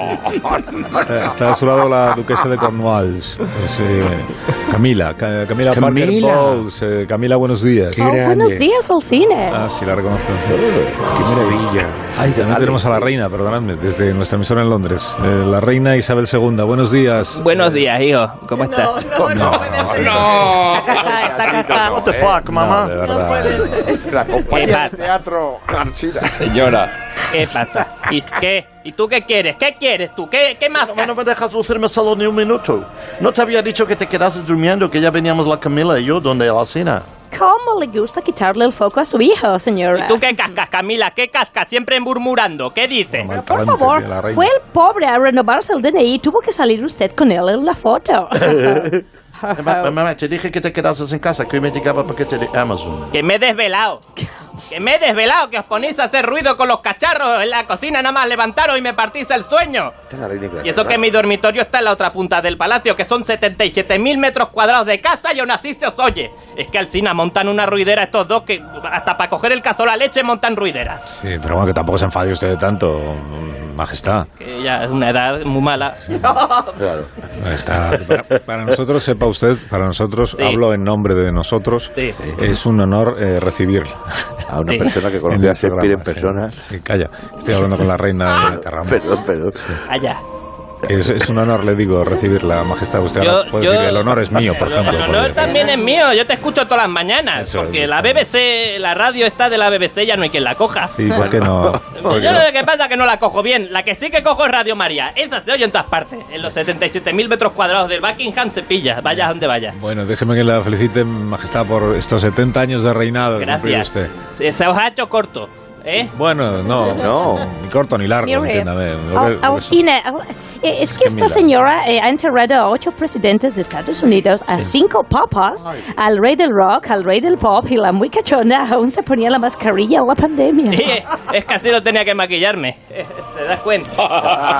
[SPEAKER 3] Está, está a su lado la duquesa de Cornwalls. Pues, eh, Camila, Ca- Camila, Parker
[SPEAKER 10] Camila.
[SPEAKER 3] Bowles. Eh, Camila, buenos días.
[SPEAKER 2] Oh, buenos días, Ausine.
[SPEAKER 3] Ah, sí, la reconozco. sí.
[SPEAKER 10] Qué maravilla.
[SPEAKER 3] Ay, también tenemos a la reina, perdonadme, desde nuestra emisora en Londres. Eh, la reina Isabel II, buenos días.
[SPEAKER 19] Buenos días, hijo. ¿Cómo estás?
[SPEAKER 2] Está casada, está casada.
[SPEAKER 5] What the fuck, mamá?
[SPEAKER 3] de verdad.
[SPEAKER 1] La compañía
[SPEAKER 19] Epa.
[SPEAKER 1] de teatro García.
[SPEAKER 19] Señora. ¿Qué pasa? ¿Y qué? ¿Y tú qué quieres? ¿Qué quieres tú? ¿Qué, qué más?
[SPEAKER 5] No me dejas lucirme solo ni un minuto. No te había dicho que te quedases durmiendo, que ya veníamos la Camila y yo donde la cena.
[SPEAKER 2] ¿Cómo le gusta quitarle el foco a su hijo, señora?
[SPEAKER 19] ¿Y tú qué cascas, Camila? ¿Qué cascas? Siempre murmurando. ¿Qué dices?
[SPEAKER 2] Por favor, fue el pobre a renovarse el DNI y tuvo que salir usted con él en la foto.
[SPEAKER 13] Mamá, mamá, te dije que te quedases en casa, que hoy me llegaba paquete de Amazon.
[SPEAKER 19] Que me he desvelado. Que me he desvelado, que os ponéis a hacer ruido con los cacharros en la cocina, nada más levantaros y me partís el sueño. Y eso que mi dormitorio está en la otra punta del palacio, que son 77.000 metros cuadrados de casa y aún así se os oye. Es que al cine montan una ruidera estos dos que hasta para coger el cazo a la leche montan ruideras.
[SPEAKER 3] Sí, pero bueno, que tampoco se enfade usted de tanto, majestad.
[SPEAKER 19] Que ya es una edad muy mala.
[SPEAKER 3] Claro. Está, para, para nosotros, sepa usted, para nosotros, hablo en nombre de nosotros,
[SPEAKER 19] Sí.
[SPEAKER 3] es un honor eh, recibirlo.
[SPEAKER 1] A una Sí. persona que
[SPEAKER 3] En
[SPEAKER 1] conoce
[SPEAKER 3] el
[SPEAKER 1] a Shakespeare en
[SPEAKER 3] programa,
[SPEAKER 1] persona. Ah,
[SPEAKER 3] sí. Sí, calla, estoy hablando con la reina de Inglaterra.
[SPEAKER 1] Perdón, perdón.
[SPEAKER 19] Allá.
[SPEAKER 3] Es, es un honor, le digo, recibirla, majestad. Usted
[SPEAKER 19] Yo-
[SPEAKER 3] ahora puede
[SPEAKER 19] yo-
[SPEAKER 3] decir, el honor es mío, por ejemplo.
[SPEAKER 19] No, también es mío, yo te escucho todas las mañanas.
[SPEAKER 3] Eso,
[SPEAKER 19] porque la BBC, la radio está de la BBC, ya no hay quien la coja.
[SPEAKER 3] Sí, ¿por qué no? ¿Por qué
[SPEAKER 19] Yo
[SPEAKER 3] no?
[SPEAKER 19] lo que pasa es que no la cojo bien. La que sí que cojo es Radio María. Esa se oye en todas partes. En los 77.000 metros cuadrados del Buckingham se pilla. Vaya donde vaya.
[SPEAKER 3] Bueno, déjeme que la felicite, majestad, por estos 70 años de reinado que cumplió
[SPEAKER 19] Gracias.
[SPEAKER 3] usted.
[SPEAKER 19] Se, se os ha hecho corto. ¿Eh?
[SPEAKER 3] Bueno, no, no, ni corto ni largo,
[SPEAKER 2] Mire,
[SPEAKER 3] entiéndame. Lo que-
[SPEAKER 2] Al- Alcina, al- eh, es que esta
[SPEAKER 3] mira.
[SPEAKER 2] señora eh, ha enterrado a ocho presidentes de Estados Unidos, a cinco papas, al rey del rock, al rey del pop y la muy cachona aún se ponía la mascarilla en la pandemia.
[SPEAKER 19] Eh, es que así no tenía que maquillarme. Eh, ¿Te das cuenta?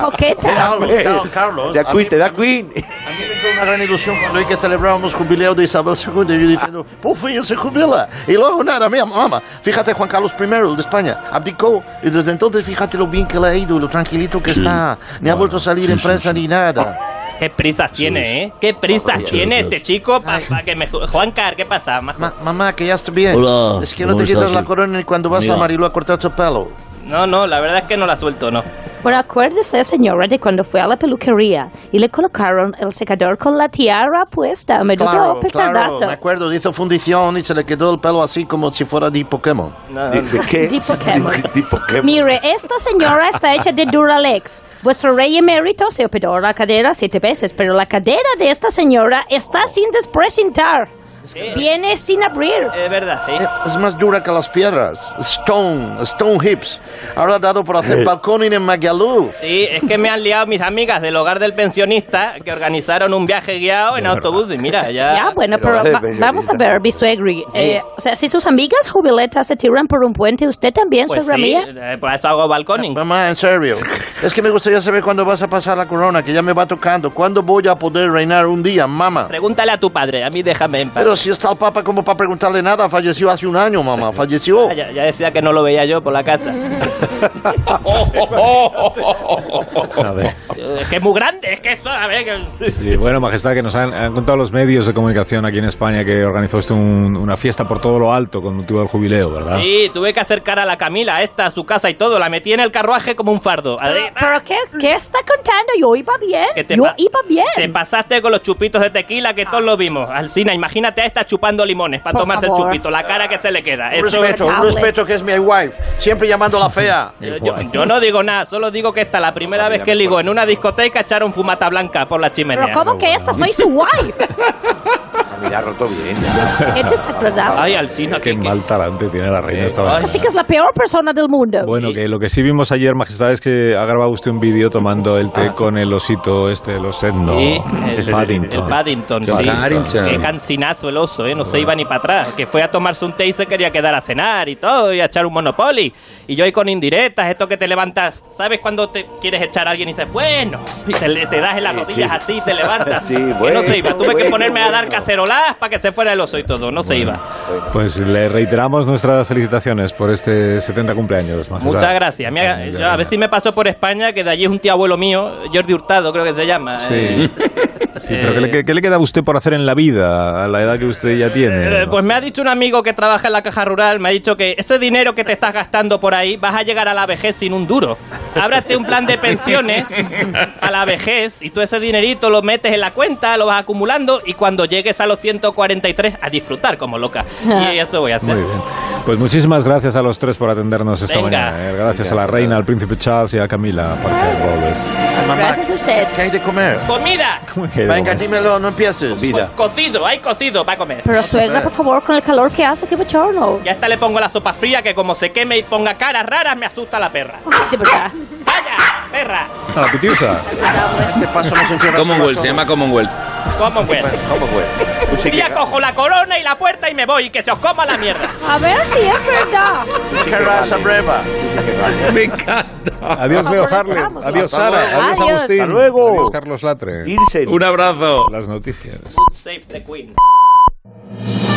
[SPEAKER 2] Coqueta.
[SPEAKER 13] Carlos, Carlos,
[SPEAKER 1] Da
[SPEAKER 13] a
[SPEAKER 1] Queen,
[SPEAKER 13] mí-
[SPEAKER 1] te da Queen.
[SPEAKER 13] A mí me fue una gran ilusión cuando hoy que celebrábamos jubileo de Isabel II, y yo diciendo, por fin se jubila. Y luego nada, mira, mamá, fíjate Juan Carlos I, el de España, abdicó, y desde entonces fíjate lo bien que le ha ido, lo tranquilito que está, ni ha vuelto a salir en prensa ni nada.
[SPEAKER 19] Qué prisas tiene, ¿eh? Qué prisas tiene este chico para que me... ju- Juan Car, ¿qué pasa? majo?
[SPEAKER 13] Mamá, que ya estoy bien.
[SPEAKER 19] Hola,
[SPEAKER 13] es que no
[SPEAKER 19] ¿cómo
[SPEAKER 13] te quitas
[SPEAKER 19] estás?
[SPEAKER 13] la corona ni cuando vas
[SPEAKER 19] Mira.
[SPEAKER 13] a Marilú a cortar tu pelo.
[SPEAKER 19] No, no, la verdad es que no la suelto, no.
[SPEAKER 2] Bueno, acuérdese, señora, de cuando fue a la peluquería y le colocaron el secador con la tiara puesta. Me
[SPEAKER 13] Claro,
[SPEAKER 2] dio
[SPEAKER 13] claro,
[SPEAKER 2] petardazo.
[SPEAKER 13] me acuerdo, hizo fundición y se le quedó el pelo así como si fuera de Pokémon.
[SPEAKER 1] ¿De de qué?
[SPEAKER 2] De Pokémon.
[SPEAKER 1] De Pokémon.
[SPEAKER 2] Mire, esta señora está hecha de Duralex. Vuestro rey emérito se operó la cadera siete veces, pero la cadera de esta señora está sin despresentar. Viene sin abrir.
[SPEAKER 19] Es verdad, sí.
[SPEAKER 13] Eh, Es más dura que las piedras. Stone, Stone Hips. Ahora dado por
[SPEAKER 1] Eh.
[SPEAKER 13] hacer balconing en Magaluf.
[SPEAKER 19] Sí, es que me han liado mis amigas del hogar del pensionista que organizaron un viaje guiado en autobús y mira, ya...
[SPEAKER 2] Ya, bueno, pero, va- vamos a ver, bisuegri. Eh, o sea, si sus amigas jubiletas se tiran por un puente, ¿usted también,
[SPEAKER 19] Pues
[SPEAKER 2] suegra
[SPEAKER 19] sí,
[SPEAKER 2] mía?
[SPEAKER 19] eh, por eso hago balconing.
[SPEAKER 13] Mamá, en serio. Es que me gustaría saber cuándo vas a pasar la corona, que ya me va tocando. ¿Cuándo voy a poder reinar un día, mamá?
[SPEAKER 19] Pregúntale a tu padre, a mí déjame en paz.
[SPEAKER 13] Pero si está el papa como para preguntarle nada, falleció hace un año, mamá, falleció.
[SPEAKER 19] Ah, ya, ya decía que no lo veía yo por la casa.
[SPEAKER 3] A ver.
[SPEAKER 19] es que es muy grande, es que eso, a ver... que-
[SPEAKER 3] Sí, bueno, majestad, que nos han, han contado los medios de comunicación aquí en España que organizó usted un- una fiesta por todo lo alto con motivo del jubileo, ¿verdad?
[SPEAKER 13] Ah.
[SPEAKER 19] Sí, tuve que acercar a la Camila, a esta, a su casa y todo. La metí en el carruaje como un fardo. Ade-
[SPEAKER 2] ¿Pero qué, qué está contando? Yo iba bien.
[SPEAKER 19] Que te
[SPEAKER 2] Yo
[SPEAKER 19] pa-
[SPEAKER 2] iba bien. Ah.
[SPEAKER 19] Te pasaste con los chupitos de tequila que todos lo vimos. Alcina, imagínate a esta chupando limones para
[SPEAKER 13] Por
[SPEAKER 19] tomarse
[SPEAKER 13] favor.
[SPEAKER 19] el chupito. La cara que se le queda.
[SPEAKER 13] Un
[SPEAKER 19] Eso-
[SPEAKER 13] respeto, un respeto que es mi wife. Siempre llamando a la fea.
[SPEAKER 19] Eh, Yo, yo no digo nada, solo digo que esta la primera vez que ligo en una discoteca echaron fumata blanca por la chimenea.
[SPEAKER 2] Pero ¿cómo
[SPEAKER 13] Ah,
[SPEAKER 2] que esta soy su wife?
[SPEAKER 1] Mira, roto bien.
[SPEAKER 2] Qué desagradable.
[SPEAKER 19] Ay, Alcina,
[SPEAKER 3] qué mal talante tiene la reina esta vez.
[SPEAKER 2] Así que es la peor persona del mundo.
[SPEAKER 3] Bueno, que lo que sí vimos ayer, majestad, es que ha grabado usted un vídeo tomando el té con el osito este, el osendo.
[SPEAKER 19] Ah. Sí, el,
[SPEAKER 3] Paddington.
[SPEAKER 19] el Paddington, sí. Qué cancinazo el oso, ¿eh? No se iba ni para atrás. Que fue a tomarse un té y se quería quedar a cenar y todo, y a echar un Monopoly. Y yo ahí con indirectas, esto que te levantas. ¿Sabes cuando te quieres echar a alguien y dices, bueno? Y te, le- te das en las rodillas así y te levantas.
[SPEAKER 3] Sí,
[SPEAKER 19] Que
[SPEAKER 3] bueno,
[SPEAKER 19] no se iba. Tuve que
[SPEAKER 3] bueno,
[SPEAKER 19] ponerme a dar cacerolas para que se fuera el oso y todo. No se iba.
[SPEAKER 3] Pues le reiteramos nuestras felicitaciones por este 70 cumpleaños, majestad.
[SPEAKER 19] Muchas gracias. Me haga- yo a ver si me paso por España, que de allí es un tío abuelo mío, Jordi Hurtado, creo que se llama. eh.
[SPEAKER 3] Sí. Sí, pero ¿qué le, qué- qué le queda a usted por hacer en la vida a la edad que usted ya tiene?
[SPEAKER 19] Eh, Pues me ha dicho un amigo que trabaja en la caja rural, me ha dicho que ese dinero que te estás gastando por ahí vas a llegar a la vejez sin un duro. Ábrate un plan de pensiones a la vejez y tú ese dinerito lo metes en la cuenta, lo vas acumulando y cuando llegues a los 143 a disfrutar como loca. Y eso voy a hacer.
[SPEAKER 3] Muy bien. Pues muchísimas gracias a los tres por atendernos esta mañana. ¿eh? Gracias a la reina, al príncipe Charles y a Camila Parker Robles.
[SPEAKER 2] Gracias a usted.
[SPEAKER 13] ¿Qué hay de comer?
[SPEAKER 19] ¡Comida!
[SPEAKER 3] que hay de
[SPEAKER 13] Venga,
[SPEAKER 3] comer?
[SPEAKER 13] dímelo, no empieces. Vida.
[SPEAKER 19] Pues Cocido, hay cocido para comer.
[SPEAKER 2] Pero suegra, por favor, con el calor que hace, qué bochorno.
[SPEAKER 19] Ya hasta le pongo la sopa fría que como se queme y ponga caras raras me asusta la perra.
[SPEAKER 2] De verdad.
[SPEAKER 19] ¡Perra!
[SPEAKER 3] A la pitiusa.
[SPEAKER 13] Este paso nos encierra.
[SPEAKER 10] Commonwealth, se llama Commonwealth.
[SPEAKER 19] Commonwealth.
[SPEAKER 13] Commonwealth.
[SPEAKER 19] Un día cojo la corona y la puerta y me voy y que se os coma la mierda.
[SPEAKER 2] A ver si es verdad.
[SPEAKER 13] ¡Qué raza breva!
[SPEAKER 10] Me encanta.
[SPEAKER 3] Adiós, Leo Harlem. Adiós,
[SPEAKER 13] Hasta
[SPEAKER 3] Sara.
[SPEAKER 13] luego.
[SPEAKER 3] Adiós,
[SPEAKER 13] Adiós.
[SPEAKER 3] Agustín.
[SPEAKER 13] Hasta luego.
[SPEAKER 3] Adiós, Carlos Latre.
[SPEAKER 13] Irse.
[SPEAKER 10] Un abrazo.
[SPEAKER 3] Las noticias.
[SPEAKER 19] Save the Queen.